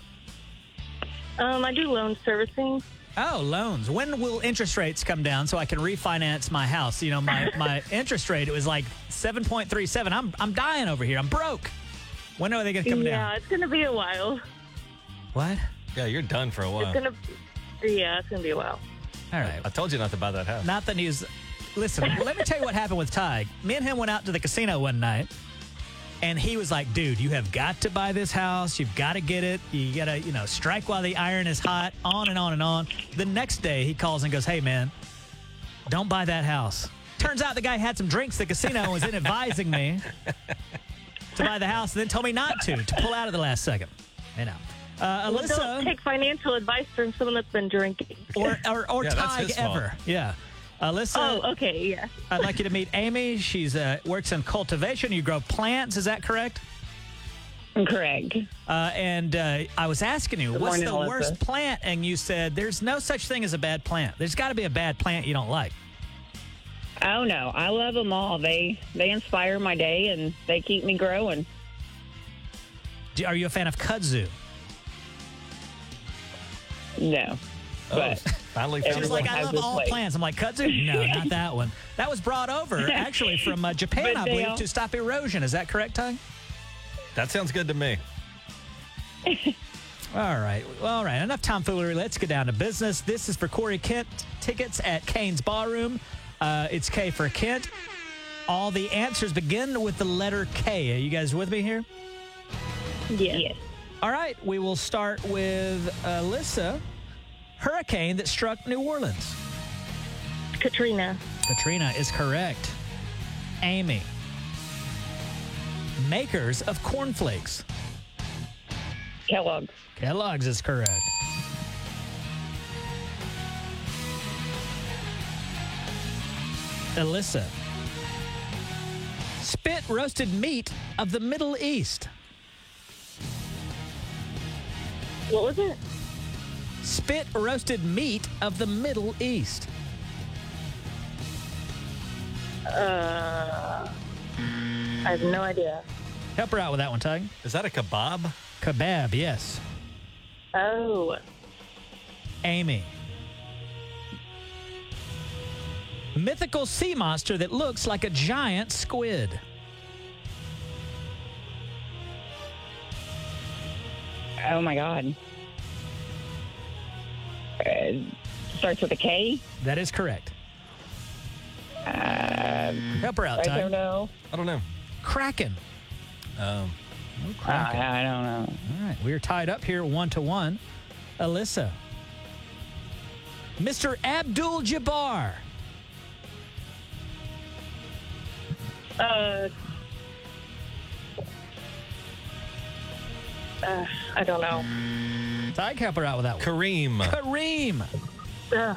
Speaker 6: Um, I do loan servicing.
Speaker 2: Oh, loans. When will interest rates come down so I can refinance my house? You know, my, my interest rate it was like seven point three seven. I'm I'm dying over here. I'm broke. When are they going to come
Speaker 6: yeah,
Speaker 2: down?
Speaker 6: it's gonna be a while.
Speaker 2: What?
Speaker 1: Yeah, you're done for a while.
Speaker 6: It's gonna. Yeah, it's gonna be a while.
Speaker 2: All right.
Speaker 1: I told you not to buy that house.
Speaker 2: Not the news. Listen, let me tell you what happened with Tig. Me and him went out to the casino one night, and he was like, "Dude, you have got to buy this house. You've got to get it. You gotta, you know, strike while the iron is hot." On and on and on. The next day, he calls and goes, "Hey, man, don't buy that house." Turns out the guy had some drinks at the casino and was in advising me to buy the house, and then told me not to to pull out at the last second. You know, uh,
Speaker 6: Well,
Speaker 2: Alyssa
Speaker 6: don't take financial advice from someone that's been drinking.
Speaker 2: or or, or
Speaker 1: Yeah, that's
Speaker 2: Tig
Speaker 1: his fault.
Speaker 2: ever. Yeah. Alyssa,
Speaker 6: oh, okay, yeah.
Speaker 2: I'd like you to meet Amy. She's uh, works in cultivation. You grow plants. Is that correct?
Speaker 3: Correct.
Speaker 2: Uh, and uh, I was asking you, what's
Speaker 3: morning,
Speaker 2: the
Speaker 3: Alyssa.
Speaker 2: worst plant? And you said there's no such thing as a bad plant. There's got to be a bad plant you don't like.
Speaker 3: Oh no, I love them all. They they inspire my day and they keep me growing.
Speaker 2: Do- Are you a fan of kudzu?
Speaker 3: No,
Speaker 1: Oh,
Speaker 3: but
Speaker 1: finally
Speaker 3: It
Speaker 1: found
Speaker 2: She's
Speaker 1: the
Speaker 3: was
Speaker 2: like,
Speaker 1: one.
Speaker 2: I
Speaker 3: has
Speaker 2: love
Speaker 3: this
Speaker 2: all
Speaker 3: way.
Speaker 2: plants. I'm like, kudzu? No, not that one. That was brought over actually from uh, Japan,
Speaker 3: But
Speaker 2: I
Speaker 3: they
Speaker 2: believe,
Speaker 3: all-
Speaker 2: to stop erosion. Is that correct, Ty?
Speaker 1: that sounds good to me.
Speaker 2: All right. All right. Enough tomfoolery. Let's get down to business. This is for Corey Kent. Tickets at Kane's Ballroom. Uh, it's K for Kent. All the answers begin with the letter K. Are you guys with me here?
Speaker 6: Yes.
Speaker 2: All right. We will start with Alyssa. Hurricane that struck New Orleans.
Speaker 6: Katrina.
Speaker 2: Katrina is correct. Amy. Makers of cornflakes.
Speaker 3: Kellogg's.
Speaker 2: Kellogg's is correct. Alyssa. Spit roasted meat of the Middle East.
Speaker 6: What was it?
Speaker 2: Spit roasted meat of the Middle East.
Speaker 6: Uh, I have no idea.
Speaker 2: Help her out with that one, Tug.
Speaker 1: Is that a kebab?
Speaker 2: Kebab, yes.
Speaker 6: Oh,
Speaker 2: Amy. Mythical sea monster that looks like a giant squid.
Speaker 3: Oh my God. Uh, starts with a K.
Speaker 2: That is correct. Help her out,
Speaker 3: Um, I
Speaker 2: Tug.
Speaker 3: don't know.
Speaker 1: I don't know.
Speaker 2: Kraken.
Speaker 1: Um,
Speaker 2: Oh,
Speaker 3: I,
Speaker 2: Kraken.
Speaker 3: I don't know.
Speaker 2: All right, we're tied up here one to one. Alyssa. Mr. Abdul Jabbar.
Speaker 6: uh, uh, I don't know.
Speaker 2: Ty help her out with that one.
Speaker 1: Kareem.
Speaker 2: Kareem.
Speaker 6: Ugh.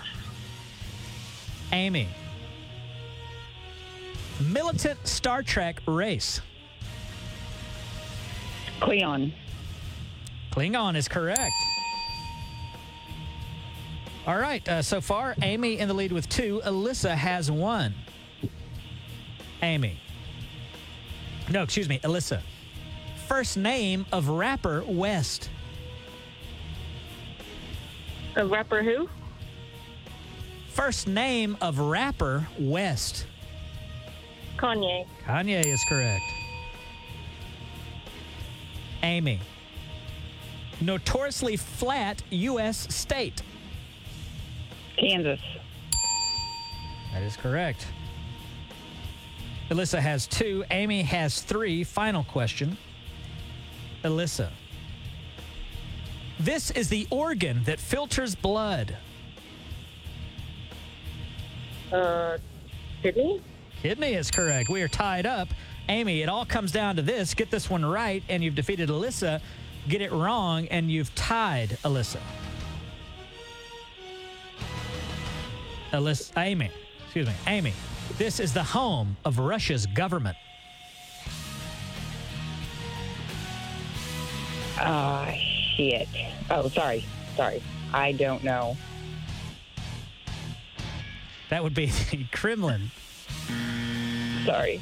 Speaker 2: Amy. Militant Star Trek race.
Speaker 3: Cleon.
Speaker 2: Klingon is correct. All right, uh, so far, Amy in the lead with two. Alyssa has one. Amy. No, excuse me, Alyssa. First name of rapper West.
Speaker 6: A rapper who?
Speaker 2: First name of rapper West.
Speaker 6: Kanye.
Speaker 2: Kanye is correct. Amy. Notoriously flat U.S. state.
Speaker 3: Kansas.
Speaker 2: That is correct. Alyssa has two. Amy has three. Final question. Alyssa. This is the organ that filters blood.
Speaker 6: Uh, Sydney.
Speaker 2: Kidney is correct. We are tied up. Amy, it all comes down to this. Get this one right, and you've defeated Alyssa. Get it wrong, and you've tied Alyssa. Alyssa, Amy, excuse me, Amy. This is the home of Russia's government.
Speaker 3: Ah, shit. Oh, sorry. Sorry. I don't know.
Speaker 2: That would be the Kremlin.
Speaker 3: Sorry.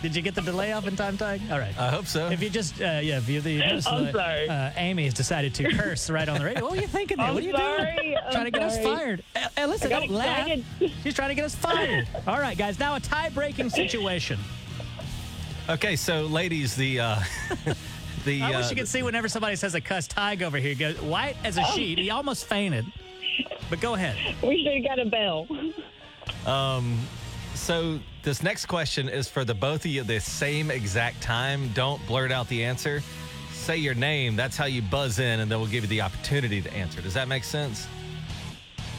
Speaker 2: Did you get the delay off in time, Ty? All right.
Speaker 1: I hope so.
Speaker 2: if you just, uh, yeah, if you, you notice
Speaker 3: I'm
Speaker 2: that,
Speaker 3: sorry.
Speaker 2: Uh, Amy has decided to curse right on the radio. What were you thinking there?
Speaker 3: I'm
Speaker 2: what are you doing?
Speaker 3: sorry. I'm
Speaker 2: trying to get us
Speaker 3: sorry.
Speaker 2: fired. Uh, uh, listen,
Speaker 3: got
Speaker 2: don't laugh.
Speaker 3: excited.
Speaker 2: She's trying to get us fired. All right, guys. Now a tie-breaking situation.
Speaker 1: okay, so ladies, the uh, the
Speaker 2: I
Speaker 1: uh,
Speaker 2: wish you could see whenever somebody says a cuss, Tig over here goes white as
Speaker 3: Oh.
Speaker 2: a sheet. He almost fainted. But go ahead.
Speaker 6: We should have got a bell.
Speaker 1: so this next question is for the both of you at the same exact time. Don't blurt out the answer. Say your name. That's how you buzz in, and then we'll give you the opportunity to answer. Does that make sense?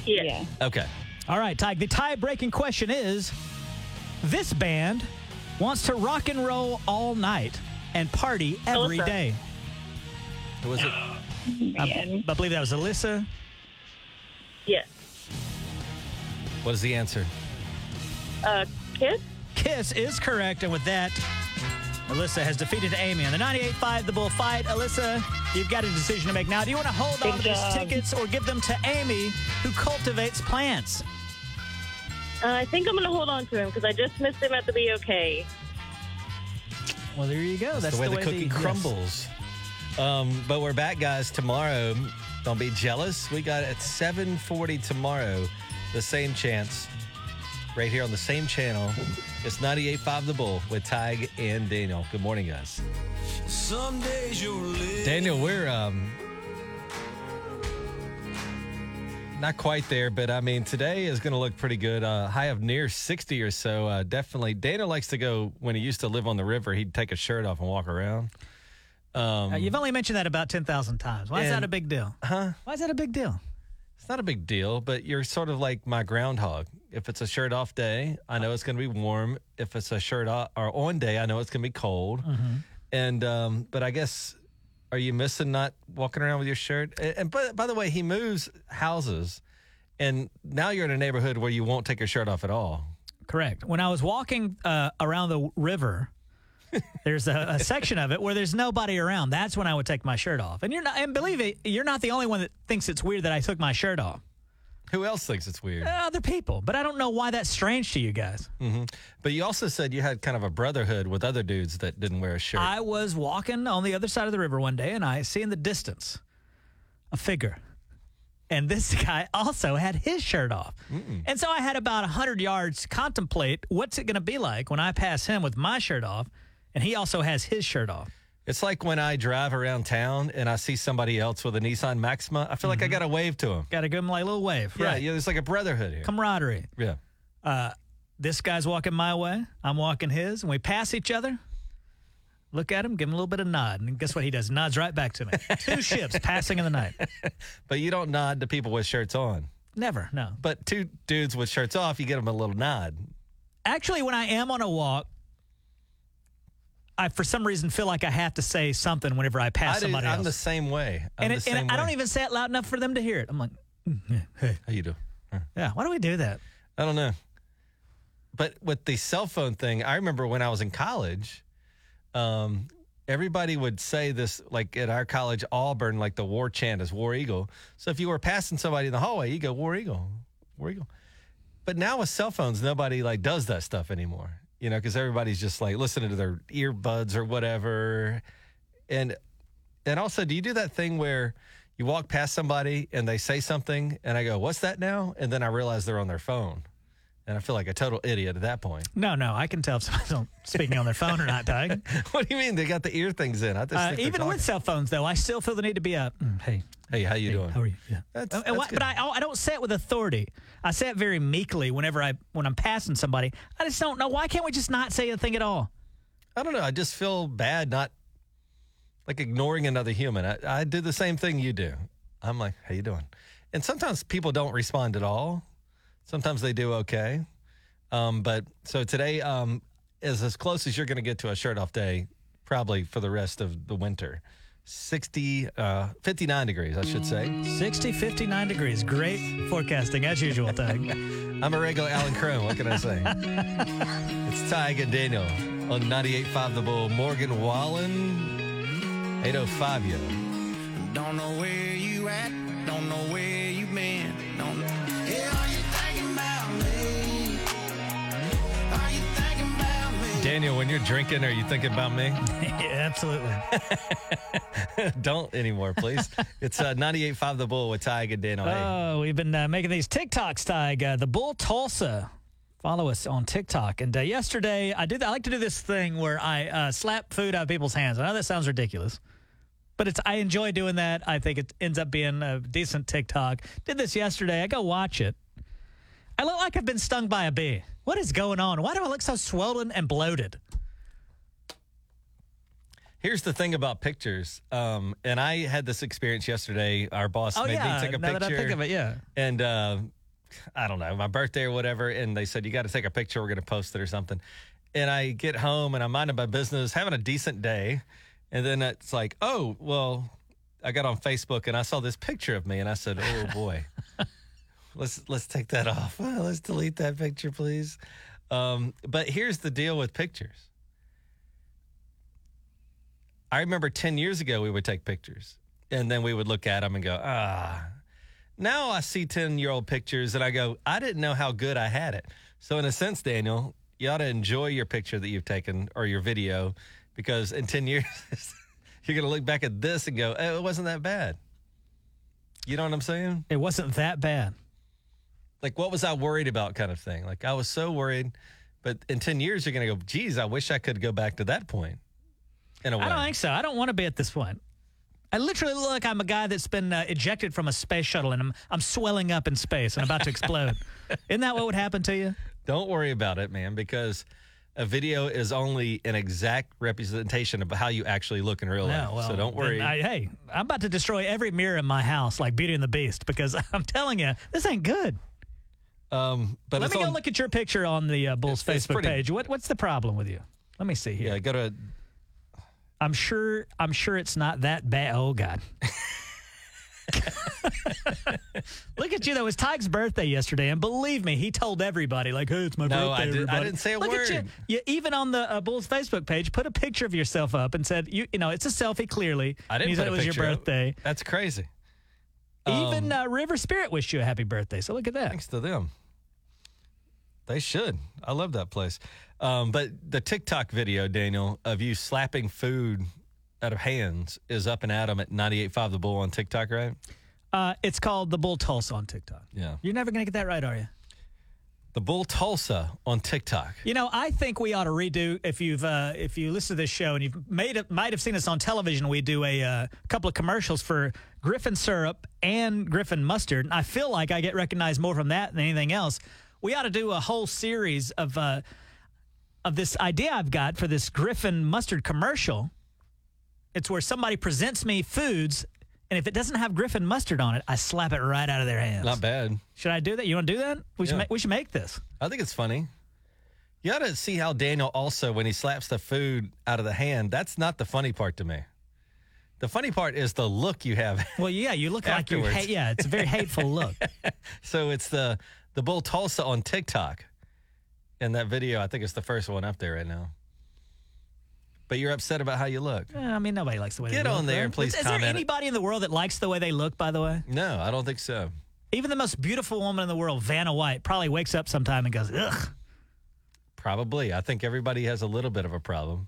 Speaker 6: Yeah.
Speaker 3: Yeah.
Speaker 1: Okay.
Speaker 2: All right, Tig. The tie-breaking question is: This band wants to rock and roll all night and party every
Speaker 6: Alyssa.
Speaker 2: day.
Speaker 1: Who Was it?
Speaker 6: Man.
Speaker 2: I believe that was Alyssa.
Speaker 6: Yeah.
Speaker 1: What is the answer?
Speaker 6: Uh, kiss?
Speaker 2: Kiss is correct, and with that, Alyssa has defeated Amy on the 98.5 The Bull fight. Alyssa, you've got a decision to make now. Do you want to hold on to
Speaker 6: Good
Speaker 2: these
Speaker 6: job.
Speaker 2: tickets or give them to Amy, who cultivates plants?
Speaker 6: Uh, I think I'm going to hold on to him because I just missed him at the be okay.
Speaker 2: Well, there you go. That's,
Speaker 1: the way the, cookie
Speaker 2: yes.
Speaker 1: crumbles. Um, but we're back, guys, tomorrow. Don't be jealous. We got at 7:40 tomorrow, the same chance, right here on the same channel. It's 98.5 The Bull with Tig and Daniel. Good morning, guys.
Speaker 4: Some days you'll live.
Speaker 1: Daniel, we're um, not quite there, but I mean, today is going to look pretty good. Uh, high of near 60 or so. Uh, definitely. Daniel likes to go when he used to live on the river, he'd take a shirt off and walk around. Um,
Speaker 2: Uh, you've only mentioned that about 10,000 times. Why is
Speaker 1: And-
Speaker 2: that a big deal? Huh? Why is that a big deal?
Speaker 1: It's not a big deal, but you're sort of like my groundhog. If it's a shirt off day, I know it's going to be warm. If it's a shirt off or on day, I know it's going to be cold. And um, but I guess are you missing not walking around with your shirt? And, and by, by the way, he moves houses, and now you're in a neighborhood where you won't take your shirt off at all.
Speaker 2: Correct. When I was walking uh, around the river, there's a, a section of it where there's nobody around. That's when I would take my shirt off. And you're not, and believe it, you're not the only one that thinks it's weird that I took my shirt off.
Speaker 1: Who else thinks it's weird?
Speaker 2: Other people, but I don't know why that's strange to you guys.
Speaker 1: But you also said you had kind of a brotherhood with other dudes that didn't wear a shirt.
Speaker 2: I was walking on the other side of the river one day, and I see in the distance a figure. And this guy also had his shirt off. And so I had about 100 yards to contemplate what's it going to be like when I pass him with my shirt off, and he also has his shirt off.
Speaker 1: It's like when I drive around town and I see somebody else with a Nissan Maxima, I feel like I got to wave to him.
Speaker 2: Got to give him like a little wave.
Speaker 1: Yeah,
Speaker 2: right.
Speaker 1: yeah, there's like a brotherhood here.
Speaker 2: Camaraderie.
Speaker 1: Yeah.
Speaker 2: This guy's walking my way. I'm walking his. And we pass each other. Look at him, give him a little bit of nod. And guess what he does? Nods right back to me. Two ships passing in the night.
Speaker 1: But you don't nod to people with shirts on.
Speaker 2: Never, no.
Speaker 1: But two dudes with shirts off, you get them a little nod.
Speaker 2: Actually, when I am on a walk, I for some reason feel like I have to say something whenever I pass
Speaker 1: I do,
Speaker 2: somebody
Speaker 1: I'm the
Speaker 2: else.
Speaker 1: same way. I'm
Speaker 2: and
Speaker 1: the
Speaker 2: it-
Speaker 1: same
Speaker 2: and I don't
Speaker 1: way.
Speaker 2: even say it loud enough for them to hear it. I'm like, hey,
Speaker 1: How you do?
Speaker 2: yeah, why do we do that?
Speaker 1: I don't know. But with the cell phone thing, I remember when I was in college, um, everybody would say this, like at our college, Auburn, like the war chant is War Eagle. So if you were passing somebody in the hallway, you go War Eagle, War Eagle. But now with cell phones, nobody like does that stuff anymore, you know, because everybody's just like listening to their earbuds or whatever. And and also, do you do that thing where you walk past somebody and they say something, and I go, "What's that now?" And then I realize they're on their phone, and I feel like a total idiot at that point.
Speaker 2: No, no, I can tell if someone's on- speaking on their phone or not, Doug.
Speaker 1: what do you mean they got the ear things in? I just
Speaker 2: Uh,
Speaker 1: think they're
Speaker 2: even with
Speaker 1: talking.
Speaker 2: cell phones, though, I still feel the need to be a, "Mm, hey,
Speaker 1: hey, how you
Speaker 2: hey,
Speaker 1: doing?
Speaker 2: how are you? Yeah.
Speaker 1: That's-
Speaker 2: And- and
Speaker 1: that's
Speaker 2: why-
Speaker 1: good.
Speaker 2: but I, oh, I don't say it with authority. I say it very meekly whenever I when I'm passing somebody. I just don't know why can't we just not say a thing at all?
Speaker 1: I don't know. I just feel bad not like ignoring another human. I, I do the same thing you do. I'm like, how you doing? And sometimes people don't respond at all. Sometimes they do okay. Um, but so today um, is as close as you're going to get to a shirt off day, probably for the rest of the winter. 60, uh, 59 degrees, I should say.
Speaker 2: 60, 59 degrees. Great forecasting as usual, Doug.
Speaker 1: I'm a regular Alan Crone. What can I say? it's Ty and Daniel on 98.5 The Bull. Morgan Wallen, 805 you.
Speaker 4: Don't know where you at, Don't know where you been. Don't Yeah, are you thinking about me? Are you thinking about me?
Speaker 1: Daniel, when you're drinking, are you thinking about me?
Speaker 2: yeah, absolutely.
Speaker 1: Don't anymore, please. it's uh, 98.5 The Bull with Ty and Daniel. Hey.
Speaker 2: Oh, we've been uh, making these TikToks, Tig. Uh, the Bull Tulsa. Follow us on TikTok. And uh, yesterday, I did. I like to do this thing where I uh, slap food out of people's hands. I know that sounds ridiculous, but it's. I enjoy doing that. I think it ends up being a decent TikTok. Did this yesterday. I go watch it. I look like I've been stung by a bee. What is going on? Why do I look so swollen and bloated?
Speaker 1: Here's the thing about pictures, um, and I had this experience yesterday. Our boss
Speaker 2: Oh
Speaker 1: made
Speaker 2: yeah,
Speaker 1: me take a
Speaker 2: now
Speaker 1: picture,
Speaker 2: that I think of it, yeah.
Speaker 1: and uh, I don't know my birthday or whatever. And they said you got to take a picture. We're going to post it or something. And I get home and I'm minding my business, having a decent day, and then it's like, oh well, I got on Facebook and I saw this picture of me, and I said, oh boy, let's let's take that off. Let's delete that picture, please. Um, but here's the deal with pictures. I remember 10 years ago, we would take pictures and then we would look at them and go, ah. Now I see 10 year old pictures and I go, I didn't know how good I had it. So, in a sense, Daniel, you ought to enjoy your picture that you've taken or your video because in 10 years, you're going to look back at this and go, oh, it wasn't that bad. You know what I'm saying?
Speaker 2: It wasn't that bad.
Speaker 1: Like, what was I worried about kind of thing? Like, I was so worried. But in 10 years, you're going to go, geez, I wish I could go back to that point in a way.
Speaker 2: I don't think so. I don't want to be at this point. I literally look like I'm a guy that's been uh, ejected from a space shuttle and I'm, I'm swelling up in space and about to explode. Isn't that what would happen to you?
Speaker 1: Don't worry about it, man, because a video is only an exact representation of how you actually look in real life.
Speaker 2: Oh, well,
Speaker 1: so don't worry.
Speaker 2: then I, hey, I'm about to destroy every mirror in my house like Beauty and the Beast because I'm telling you, this ain't good.
Speaker 1: um, but
Speaker 2: Let
Speaker 1: it's
Speaker 2: me go
Speaker 1: on-
Speaker 2: look at your picture on the uh, Bulls
Speaker 1: It's- it's
Speaker 2: Facebook
Speaker 1: pretty-
Speaker 2: page. What, what's the problem with you? Let me see here.
Speaker 1: Yeah, go to.
Speaker 2: I'm sure. I'm sure it's not that bad. Oh God. Look at you. That was Tyke's birthday yesterday, and believe me, he told everybody like, "Hey, it's my
Speaker 1: No,
Speaker 2: birthday."
Speaker 1: I did- I
Speaker 2: everybody."
Speaker 1: didn't say a
Speaker 2: Look At
Speaker 1: word.
Speaker 2: you. you even on the uh, Bulls Facebook page put a picture of yourself up and said, "You, you know, it's a selfie." Clearly,
Speaker 1: I didn't.
Speaker 2: You
Speaker 1: put
Speaker 2: said
Speaker 1: a
Speaker 2: it was your
Speaker 1: picture up.
Speaker 2: birthday.
Speaker 1: That's crazy.
Speaker 2: even uh, River Spirit wished you a happy birthday. So look at that.
Speaker 1: Thanks to them. They should. I love that place. Um, but the TikTok video, Daniel, of you slapping food out of hands is up and at 'em at 98.5 The Bull on TikTok, right?
Speaker 2: Uh, it's called the Bull Tulsa on TikTok.
Speaker 1: Yeah.
Speaker 2: You're never gonna get that right, are you?
Speaker 1: The Bull Tulsa on TikTok.
Speaker 2: You know, I think we ought to redo if you've uh, if you listen to this show and you've made it, might have seen us on television. We do a uh, couple of commercials for Griffin syrup and Griffin mustard. And I feel like I get recognized more from that than anything else. We ought to do a whole series of uh, of this idea I've got for this Griffin mustard commercial. It's where somebody presents me foods, and if it doesn't have Griffin mustard on it, I slap it right out of their hands.
Speaker 1: Not bad.
Speaker 2: Should I do that? You want to do that? We should
Speaker 1: Yeah.
Speaker 2: ma- we should make this.
Speaker 1: I think it's funny. You ought to see how Daniel also, when he slaps the food out of the hand, that's not the funny part to me. The funny part is the look you have.
Speaker 2: Well, yeah, you look like
Speaker 1: Afterwards.
Speaker 2: you hate. Yeah, it's a very hateful look. Eh,
Speaker 1: so it's the the bull Tulsa on TikTok. And that video, I think it's the first one up there right now. But you're upset about how you look.
Speaker 2: Eh, I mean, nobody likes the way they
Speaker 1: Get
Speaker 2: look.
Speaker 1: on there
Speaker 2: right?
Speaker 1: and please
Speaker 2: Is, is
Speaker 1: comment
Speaker 2: there
Speaker 1: it.
Speaker 2: anybody in the world that likes the way they look? By the way,
Speaker 1: No, I don't think so.
Speaker 2: even the most beautiful woman in the world, Vanna White, probably wakes up sometime and goes, "Ugh."
Speaker 1: Probably. I think everybody has a little bit of a problem.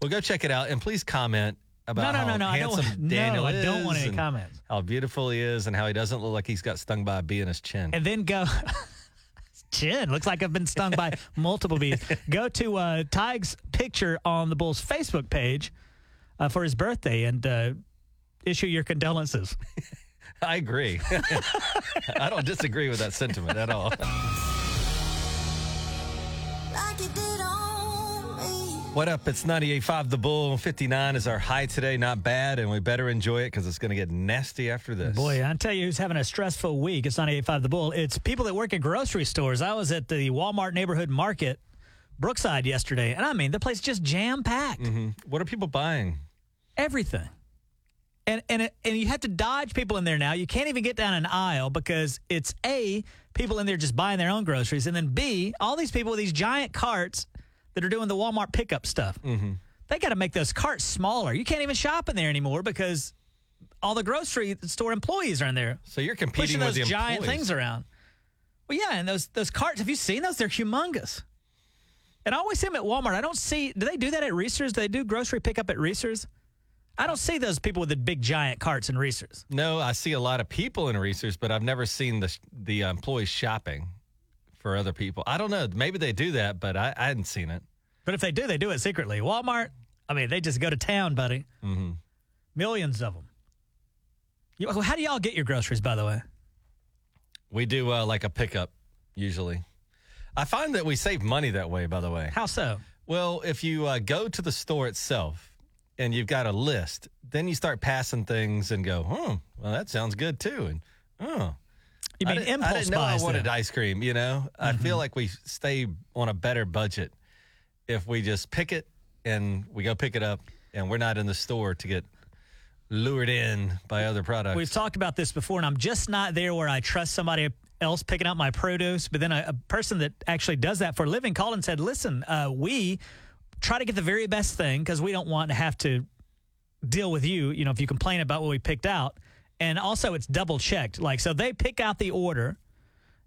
Speaker 1: Well, go check it out and please comment
Speaker 2: No,
Speaker 1: about
Speaker 2: no,
Speaker 1: how
Speaker 2: no, no. I don't.
Speaker 1: Oh, handsome
Speaker 2: want-
Speaker 1: Daniel
Speaker 2: no, I
Speaker 1: is
Speaker 2: don't want any
Speaker 1: and
Speaker 2: comments.
Speaker 1: How beautiful he is and how he doesn't look like he's got stung by a bee in his chin.
Speaker 2: And then go. Chin looks like I've been stung by multiple bees. Go to uh, Tig's picture on the Bulls Facebook page uh, for his birthday and uh, issue your condolences.
Speaker 1: I agree. I don't disagree with that sentiment at all.
Speaker 7: like you did on me.
Speaker 1: What up? It's 98.5 The Bull. 59 is our high today. Not bad. And we better enjoy it because it's going to get nasty after this.
Speaker 2: Boy, I tell you who's having a stressful week. It's 98.5 The Bull. It's people that work at grocery stores. I was at the Walmart neighborhood market, Brookside, yesterday, and I mean, the place just jam packed.
Speaker 1: What are people buying?
Speaker 2: Everything. And, and, it, and you have to dodge people in there now. You can't even get down an aisle because it's A, people in there just buying their own groceries, and then B, all these people with these giant carts that are doing the Walmart pickup stuff. They got to make those carts smaller. You can't even shop in there anymore because all the grocery store employees are in there
Speaker 1: So you're competing
Speaker 2: pushing
Speaker 1: with the
Speaker 2: those giant
Speaker 1: employees.
Speaker 2: things around. Well, yeah, and those those carts. Have you seen those? They're humongous. And I always see them at Walmart. I don't see. Do they do that at Reese's? Do they do grocery pickup at Reese's? I don't see those people with the big giant carts in Reese's.
Speaker 1: No, I see a lot of people in research, but I've never seen the the uh, employees shopping for other people. I don't know. Maybe they do that, but I, I hadn't seen it.
Speaker 2: But if they do, they do it secretly. Walmart. I mean, they just go to town, buddy. Mm-hmm. Millions of them. You, how do y'all get your groceries, by the way?
Speaker 1: We do uh, like a pickup usually. I find that we save money that way. By the way,
Speaker 2: How so?
Speaker 1: Well, if you uh, go to the store itself and you've got a list, then you start passing things and go, hmm, well, that sounds good too. And, oh,
Speaker 2: You
Speaker 1: I
Speaker 2: mean
Speaker 1: didn't,
Speaker 2: impulse
Speaker 1: I didn't know
Speaker 2: buys?
Speaker 1: I wanted
Speaker 2: then? Mm-hmm.
Speaker 1: ice cream, you know? I feel like we stay on a better budget if we just pick it and we go pick it up and we're not in the store to get lured in by other products.
Speaker 2: We've talked about this before, and I'm just not there where I trust somebody else picking up my produce. But then a, a person that actually does that for a living called and said, "Listen, uh, we try to get the very best thing because we don't want to have to deal with you. You know, if you complain about what we picked out, and also it's double checked. Like, so they pick out the order."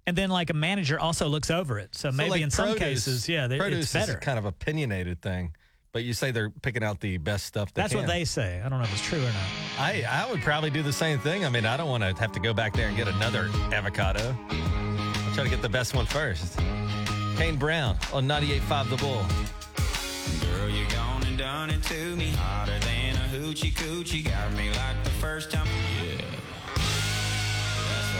Speaker 2: And then, like a manager, also looks over it. So,
Speaker 1: So,
Speaker 2: maybe
Speaker 1: like,
Speaker 2: in some
Speaker 1: produce-
Speaker 2: cases, yeah, they,
Speaker 1: produce
Speaker 2: it's better.
Speaker 1: is kind of opinionated thing, but you say they're picking out the best stuff. They
Speaker 2: That's
Speaker 1: can.
Speaker 2: what they say. I don't know if it's true or not.
Speaker 1: I, I would probably do the same thing. I mean, I don't want to have to go back there and get another avocado. I'll try to get the best one first. Kane Brown on 98.5 The Bull.
Speaker 4: Girl, you gone and done it to me. Hotter than a hoochie coochie. Got me like the first time. Yeah. That's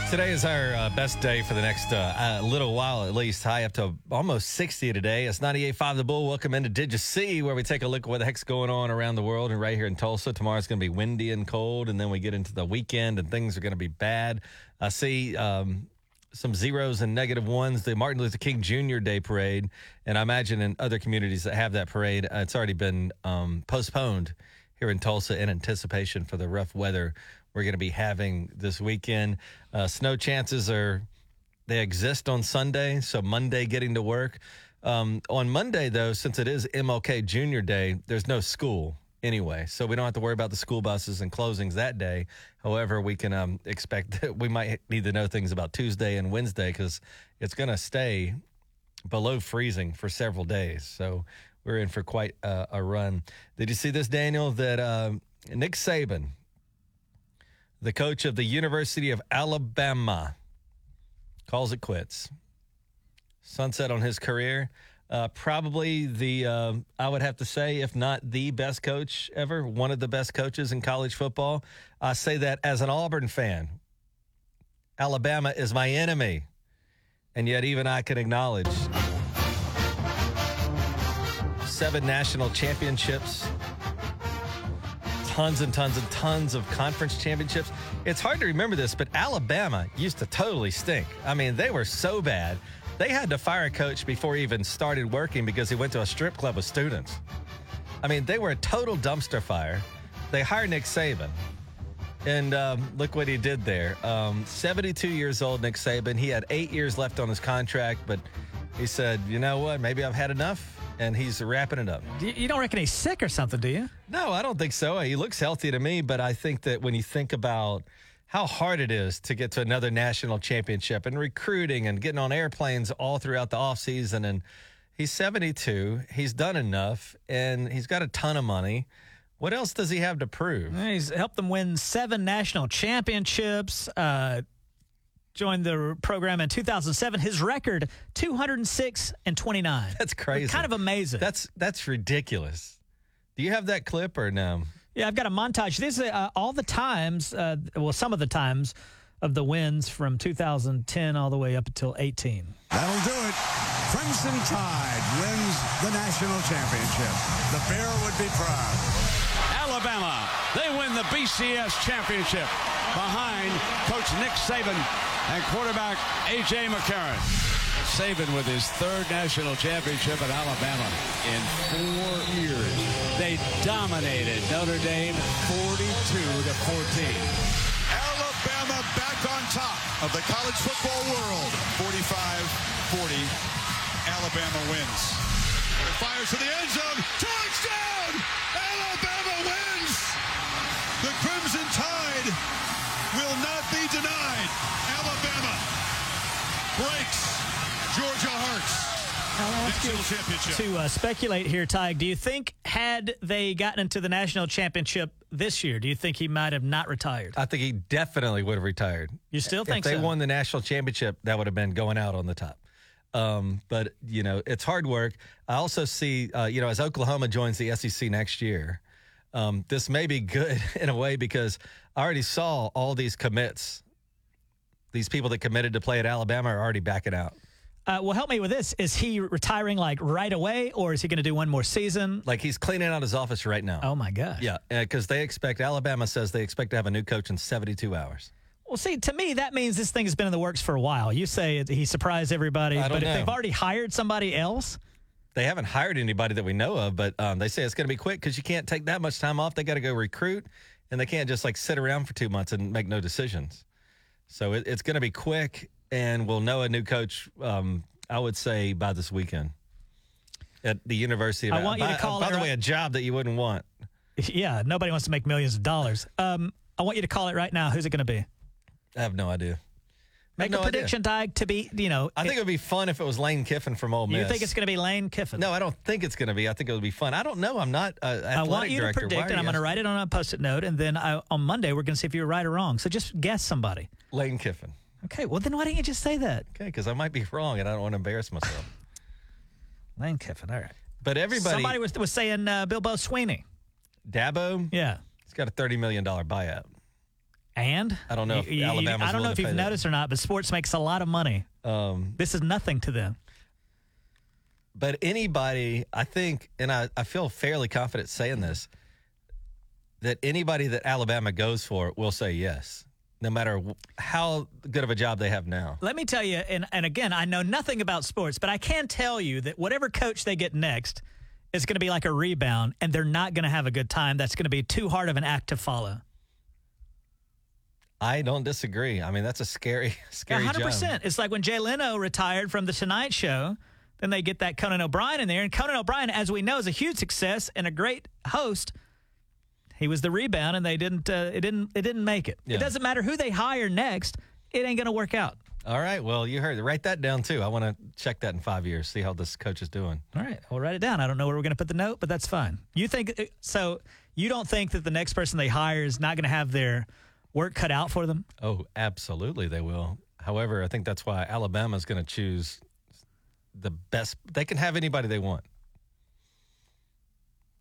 Speaker 4: right.
Speaker 1: Today is our uh, best day for the next uh, uh, little while, at least. High up to almost 60 today. It's 98.5 The Bull. Welcome into Did You See, where we take a look at what the heck's going on around the world and right here in Tulsa. Tomorrow's going to be windy and cold, and then we get into the weekend and things are going to be bad. I see um, some zeros and negative ones. The Martin Luther King Jr. Day parade, and I imagine in other communities that have that parade, uh, it's already been um, postponed here in Tulsa in anticipation for the rough weather we're going to be having this weekend. Uh, snow chances are they exist on Sunday, so Monday getting to work. Um, on Monday, though, since it is MLK Junior Day, there's no school anyway, so we don't have to worry about the school buses and closings that day. However, we can um, expect that we might need to know things about Tuesday and Wednesday because it's going to stay below freezing for several days. So we're in for quite uh, a run. Did you see this, Daniel? That uh, Nick Saban, the coach of the University of Alabama, calls it quits. Sunset on his career. Uh, probably the, uh, I would have to say, if not the best coach ever, one of the best coaches in college football. I say that as an Auburn fan. Alabama is my enemy. And yet, even I can acknowledge seven national championships, tons and tons and tons of conference championships. It's hard to remember this, but Alabama used to totally stink. I mean, they were so bad. They had to fire a coach before he even started working because he went to a strip club with students. I mean, they were a total dumpster fire. They hired Nick Saban. And um, look what he did there. Um, 72 years old, Nick Saban. He had eight years left on his contract, but he said, you know what? Maybe I've had enough. And he's wrapping it up.
Speaker 2: You, you don't reckon he's sick or something, do you?
Speaker 1: No, I don't think so. He looks healthy to me, but I think that when you think about how hard it is to get to another national championship and recruiting and getting on airplanes all throughout the offseason, and he's 72, he's done enough, and he's got a ton of money. What else does he have to prove?
Speaker 2: Yeah, He's helped them win seven national championships. Uh, joined the program in 2007. His record 206 and 29.
Speaker 1: That's crazy.
Speaker 2: Kind of amazing.
Speaker 1: That's that's ridiculous. Do you have that clip or no?
Speaker 2: yeah, I've got a montage. These are uh, all the times. Uh, well, some of the times of the wins from 2010 all the way up until 18.
Speaker 8: That'll do it. Crimson Tide wins the national championship. The bear would be proud.
Speaker 9: Alabama. They win the BCS championship behind Coach Nick Saban and quarterback A.J. McCarron. Saban with his third national championship at Alabama in four years. They dominated Notre Dame 42 to 14.
Speaker 8: Alabama back on top of the college football world. 45-40. Alabama wins.
Speaker 9: fires to the end zone. Touchdown! Alabama wins! The Crimson Tide will not be denied. Alabama breaks Georgia Hearts. National championship.
Speaker 2: To uh, speculate here, Tig, do you think had they gotten into the national championship this year, do you think he might have not retired?
Speaker 1: I think he definitely would have retired.
Speaker 2: You still think
Speaker 1: if they
Speaker 2: so?
Speaker 1: won the national championship, that would have been going out on the top. Um, but you know, it's hard work. I also see, uh, you know, as Oklahoma joins the SEC next year, um, this may be good in a way because I already saw all these commits. These people that committed to play at Alabama are already backing out.
Speaker 2: Uh, well, help me with this. Is he retiring like right away, or is he going to do one more season?
Speaker 1: Like he's cleaning out his office right now.
Speaker 2: Oh my gosh!
Speaker 1: Yeah, because they expect Alabama says they expect to have a new coach in 72 hours.
Speaker 2: Well, see, to me, that means this thing has been in the works for a while. You say it- he surprised everybody,
Speaker 1: I don't
Speaker 2: but if
Speaker 1: know.
Speaker 2: they've already hired somebody else,
Speaker 1: they haven't hired anybody that we know of, but um, they say it's going to be quick because you can't take that much time off. They got to go recruit, and they can't just like sit around for two months and make no decisions. So it, it's going to be quick, and we'll know a new coach. Um, I would say by this weekend at the University. Of
Speaker 2: I want you to
Speaker 1: by- uh,
Speaker 2: call
Speaker 1: By
Speaker 2: it
Speaker 1: the
Speaker 2: right-
Speaker 1: way, a job that you wouldn't want.
Speaker 2: yeah, nobody wants to make millions of dollars. Um, I want you to call it right now. Who's it going to be?
Speaker 1: I have no idea. I have
Speaker 2: Make
Speaker 1: no
Speaker 2: a
Speaker 1: idea.
Speaker 2: prediction, Tig, to be, you know,
Speaker 1: I think it would be fun if it was Lane Kiffin from Ole
Speaker 2: you
Speaker 1: Miss.
Speaker 2: think it's going to be Lane Kiffin.
Speaker 1: No, I don't think it's going to be. I think it would be fun. I don't know. I'm not. Uh, athletic
Speaker 2: I want you
Speaker 1: director.
Speaker 2: to
Speaker 1: Why
Speaker 2: predict,
Speaker 1: are
Speaker 2: and I'm
Speaker 1: you
Speaker 2: going to write it on a post-it note, and then I, on Monday we're going to see if you're right or wrong. So just guess somebody.
Speaker 1: asking- Lane Kiffin.
Speaker 2: Okay, well then why don't you just say that?
Speaker 1: Okay, because I might be wrong, and I don't want to embarrass myself.
Speaker 2: Lane Kiffin. All right.
Speaker 1: But everybody,
Speaker 2: Somebody was was saying uh, Bilbo Sweeney.
Speaker 1: Dabo,
Speaker 2: Yeah.
Speaker 1: he's got a thirty million dollar buyout.
Speaker 2: And
Speaker 1: I don't know if Alabama's
Speaker 2: I don't know
Speaker 1: willing
Speaker 2: if
Speaker 1: to
Speaker 2: you've
Speaker 1: pay that.
Speaker 2: noticed or not, but sports makes a lot of money.
Speaker 1: Um,
Speaker 2: This is nothing to them.
Speaker 1: but anybody, I think, and I, I feel fairly confident saying this, that anybody that Alabama goes for will say yes, no matter wh- how good of a job they have now.
Speaker 2: Let me tell you, and, and again, I know nothing about sports, but I can tell you that whatever coach they get next is going to be like a rebound, and they're not going to have a good time. That's going to be too hard of an act to follow.
Speaker 1: I don't disagree. I mean, that's a scary, scary
Speaker 2: hundred
Speaker 1: job.
Speaker 2: percent. It's like when Jay Leno retired from the Tonight Show, then they get that Conan O'Brien in there, and Conan O'Brien, as we know, is a huge success and a great host. He was the rebound, and they didn't. Uh, it didn't. It didn't make it.
Speaker 1: Yeah.
Speaker 2: It doesn't matter who they hire next. It ain't gonna work out.
Speaker 1: All right. Well, you heard. it. Write that down too. I want to check that in five years. See how this coach is doing.
Speaker 2: All right, we'll write it down. I don't know where we're gonna put the note, but that's fine. You think uh, so? You don't think that the next person they hire is not gonna have their work cut out for them?
Speaker 1: Oh, absolutely, they will. However, I think that's why Alabama's going to choose the best. They can have anybody they want.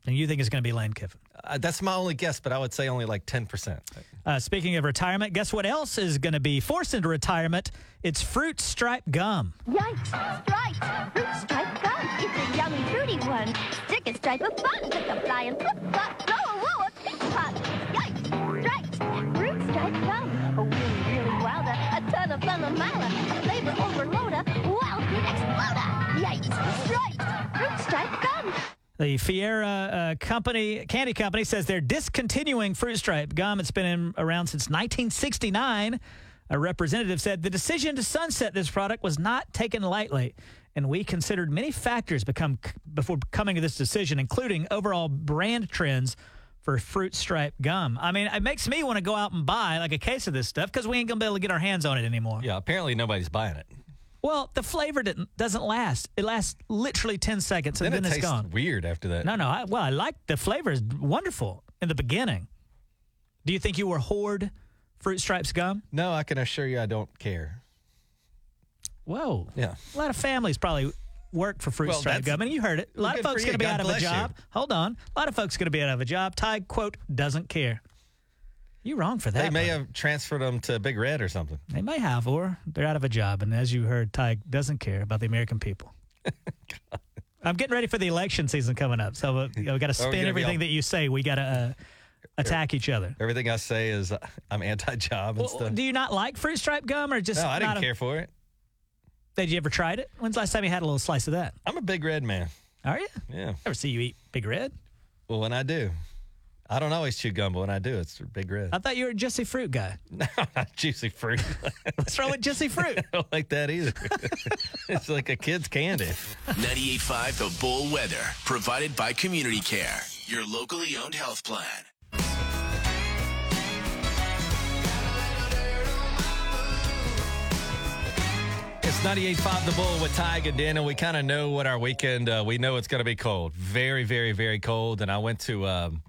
Speaker 2: And you think it's gonna be Lane Kiffin?
Speaker 1: Uh, that's my only guess, but I would say only like ten percent.
Speaker 2: Uh, speaking of retirement, guess what else is going to be forced into retirement? It's fruit stripe gum.
Speaker 7: Yikes! Stripe! Fruit stripe gum! It's a young fruity one. Stick a stripe of fun with the fly and flip flop. Throw a woo a pit pop. Yikes! Stripe! Fruit stripe gum. A really, really wilder. A ton of fun a mile. A flavor uh, overloader. Wild fruit exploder. Yikes! Stripe! Fruit stripe gum.
Speaker 2: The Fiera uh, company, candy company, says they're discontinuing fruit stripe gum. It's been in, around since 1969. A representative said the decision to sunset this product was not taken lightly, and we considered many factors become before coming to this decision, including overall brand trends for fruit stripe gum. I mean, it makes me want to go out and buy like a case of this stuff because we ain't gonna be able to get our hands on it anymore.
Speaker 1: Yeah, apparently nobody's buying it.
Speaker 2: Well, the flavor didn't doesn't last. It lasts literally ten seconds and
Speaker 1: Then,
Speaker 2: then,
Speaker 1: it
Speaker 2: it's
Speaker 1: tastes
Speaker 2: gone.
Speaker 1: weird after that.
Speaker 2: No, no. I, well, I like the flavor is wonderful in the beginning. Do you think you were hoard fruit stripes gum?
Speaker 1: No, I can assure you, I don't care.
Speaker 2: Whoa.
Speaker 1: Yeah.
Speaker 2: A lot of families probably work for fruit
Speaker 1: Well,
Speaker 2: stripe
Speaker 1: that's-
Speaker 2: gum, and you heard it. A
Speaker 1: Well,
Speaker 2: lot of
Speaker 1: good for
Speaker 2: folks
Speaker 1: you.
Speaker 2: going to be
Speaker 1: God
Speaker 2: out of a
Speaker 1: bless you.
Speaker 2: job. Hold on. A lot of folks going to be out of a job. Ty quote doesn't care. You wrong for that.
Speaker 1: They may
Speaker 2: buddy.
Speaker 1: have transferred them to Big Red or something.
Speaker 2: They may have, or they're out of a job. And as you heard, Ty doesn't care about the American people. I'm getting ready for the election season coming up, so uh, you know, we got
Speaker 1: gonna
Speaker 2: to spin
Speaker 1: Oh, be
Speaker 2: everything
Speaker 1: all-
Speaker 2: that you say. We got to uh, attack each other.
Speaker 1: Everything I say is uh, I'm anti-job and
Speaker 2: Well,
Speaker 1: stuff.
Speaker 2: do you not like fruit stripe gum, or just?
Speaker 1: no, I
Speaker 2: not
Speaker 1: didn't
Speaker 2: a-
Speaker 1: care for it.
Speaker 2: Did you ever tried it? When's the last time you had a little slice of that?
Speaker 1: I'm a Big Red man.
Speaker 2: Are you?
Speaker 1: Yeah.
Speaker 2: Never see you eat Big Red.
Speaker 1: Well, and I do. I don't always chew gum, but when I do, it's big red.
Speaker 2: I thought you were a Jesse Fruit guy.
Speaker 1: Juicy fruit.
Speaker 2: What's wrong with Jesse Fruit?
Speaker 1: I don't like that either. it's like a kid's candy.
Speaker 5: 98.5 The Bull Weather, provided by Community Care, your locally owned health plan.
Speaker 1: It's 98.5 The Bull with Ty and Daniel. We kind of know what our weekend, uh, we know it's going to be cold. Very, very, very cold. And I went to um,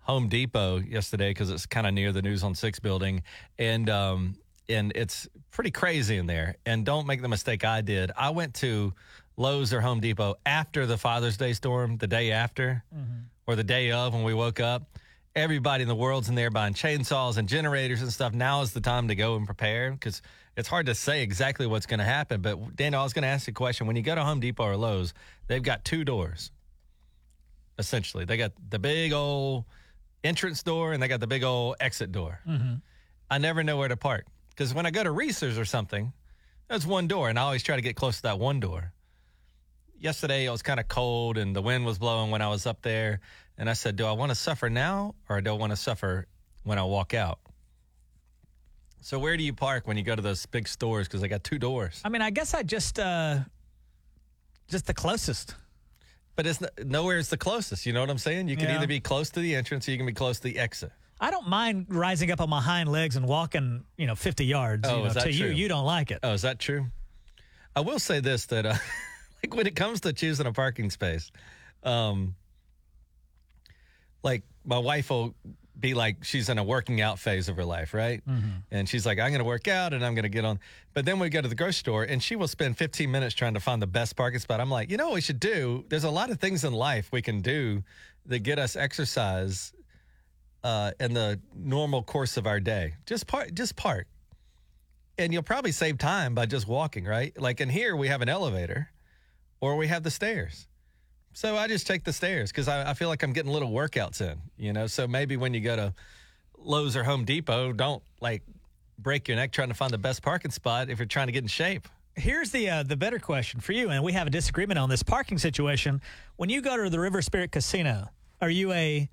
Speaker 1: Home Depot yesterday because it's kind of near the News on Six building. And, um, and it's pretty crazy in there. And don't make the mistake I did. I went to Lowe's or Home Depot after the Father's Day storm, the day after or the day of when we woke up. Everybody in the world's in there buying chainsaws and generators and stuff. Now is the time to go and prepare because it's hard to say exactly what's going to happen. But Daniel, I was going to ask you a question. When you go to Home Depot or Lowe's, they've got two doors. Essentially, they got the big old entrance door and they got the big old exit door. I never know where to park because when I go to Reese's or something, there's one door, and I always try to get close to that one door yesterday it was kind of cold and the wind was blowing when I was up there. And I said, Do I want to suffer now or do I want to suffer when I walk out? So, where do you park when you go to those big stores? Because they got two doors.
Speaker 2: I mean, I guess I just uh just the closest.
Speaker 1: But it's n- nowhere is the closest. You know what I'm saying? You can
Speaker 2: Yeah.
Speaker 1: either be close to the entrance or you can be close to the exit.
Speaker 2: I don't mind rising up on my hind legs and walking, you know, 50 yards.
Speaker 1: Oh,
Speaker 2: you know,
Speaker 1: is that
Speaker 2: to you,
Speaker 1: true?
Speaker 2: you don't like it.
Speaker 1: Oh, is that true? I will say this that, uh, like, when it comes to choosing a parking space, um, like, my wife will be like, she's in a working out phase of her life, right? And she's like, I'm going to work out and I'm going to get on. But then we go to the grocery store and she will spend 15 minutes trying to find the best parking spot. I'm like, you know what we should do? There's a lot of things in life we can do that get us exercise uh, in the normal course of our day. Just park, just park and you'll probably save time by just walking, right? Like in here, we have an elevator or we have the stairs. So I just take the stairs because I, I feel like I'm getting little workouts in, you know? So maybe when you go to Lowe's or Home Depot, don't like break your neck trying to find the best parking spot if you're trying to get in shape.
Speaker 2: Here's the uh, the better question for you, and we have a disagreement on this parking situation. When you go to the River Spirit Casino, are you a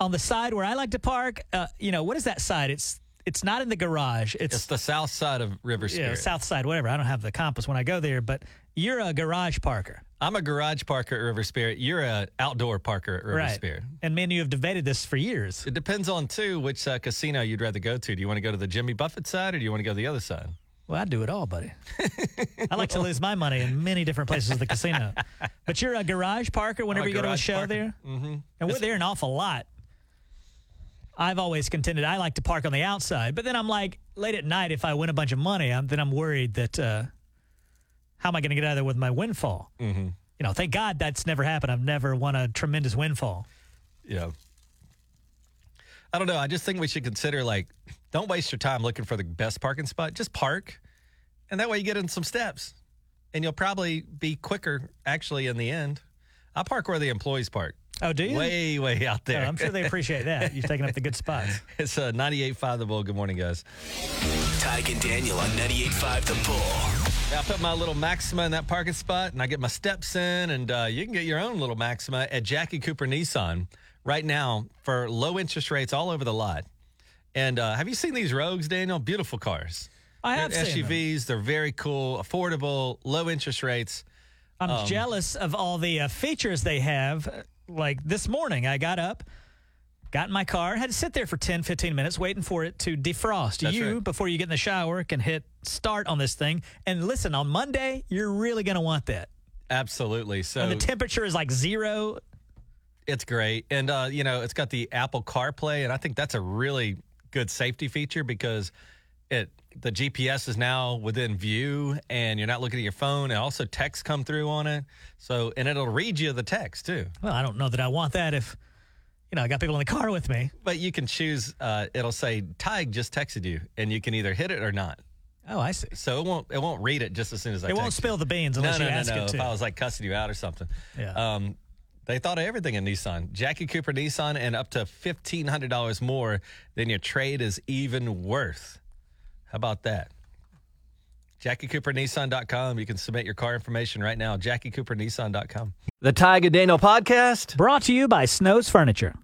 Speaker 2: on the side where I like to park? Uh, you know, what is that side? It's it's not in the garage. It's,
Speaker 1: It's the south side of River
Speaker 2: you know,
Speaker 1: Spirit.
Speaker 2: south side, whatever. I don't have the compass when I go there, but you're a garage parker,
Speaker 1: I'm a garage parker at River Spirit. You're an outdoor parker at River
Speaker 2: right?
Speaker 1: Spirit.
Speaker 2: And me and you have debated this for years.
Speaker 1: It depends on, too, which uh, casino you'd rather go to. Do you want to go to the Jimmy Buffett side or do you want to go to the other side?
Speaker 2: Well, I do it all, buddy. I like to lose my money in many different places of the casino. But you're a garage parker whenever
Speaker 1: a
Speaker 2: you go to a
Speaker 1: garage
Speaker 2: show
Speaker 1: parker.
Speaker 2: there? Mm-hmm. And we're there an awful lot. I've always contended I like to park on the outside, but then I'm like, late at night, if I win a bunch of money, I'm, then I'm worried that uh, how am I going to get out of there with my windfall? Mm-hmm. You know, thank God that's never happened. I've never won a tremendous windfall.
Speaker 1: Yeah. I don't know. I just think we should consider like, don't waste your time looking for the best parking spot. Just park, and that way you get in some steps, and you'll probably be quicker actually in the end. I park where the employees park,
Speaker 2: Oh, do you?
Speaker 1: way way out
Speaker 2: Oh,
Speaker 1: there.
Speaker 2: I'm sure they appreciate that. You've taken up the good spots.
Speaker 1: it's uh, 98.5 The Bull. Good morning, guys.
Speaker 5: Tyke and Daniel on 98.5 The Bull.
Speaker 1: Yeah, I put my little Maxima in that parking spot, and I get my steps in, and uh, you can get your own little Maxima at Jackie Cooper Nissan right now for low interest rates all over the lot. And uh, have you seen these Rogues, Daniel? Beautiful cars.
Speaker 2: I have
Speaker 1: They're
Speaker 2: seen them.
Speaker 1: SUVs. They're very cool, affordable, low interest rates.
Speaker 2: I'm
Speaker 1: Um,
Speaker 2: jealous of all the uh, features they have. Like this morning, I got up, got in my car, had to sit there for 10, 15 minutes waiting for it to defrost.
Speaker 1: That's
Speaker 2: you,
Speaker 1: right.
Speaker 2: before you get in the shower, can hit start on this thing. And listen, on Monday, you're really going to want that.
Speaker 1: Absolutely. So
Speaker 2: And the temperature is like zero.
Speaker 1: It's great. And, uh, you know, it's got the Apple CarPlay, and I think that's a really good safety feature because it the GPS is now within view and you're not looking at your phone. And also, texts come through on it. So, and it'll read you the text too.
Speaker 2: Well, I don't know that I want that if, you know, I got people in the car with me.
Speaker 1: But you can choose, uh, it'll say, Tig just texted you, and you can either hit it or not.
Speaker 2: Oh, I see.
Speaker 1: So it won't it won't read it just as soon as I
Speaker 2: It won't
Speaker 1: text you.
Speaker 2: spill the beans unless
Speaker 1: no,
Speaker 2: you
Speaker 1: no,
Speaker 2: ask
Speaker 1: no, no.
Speaker 2: it
Speaker 1: If I
Speaker 2: to.
Speaker 1: was like cussing you out or something.
Speaker 2: Yeah.
Speaker 1: Um, they thought of everything in Nissan. Jackie Cooper Nissan and up to $1,500 more than your trade is even worth. How about that? JackieCooperNissan.com. You can submit your car information right now. JackieCooperNissan.com. The Ty Daniel Podcast.
Speaker 2: Brought to you by Snow's Furniture.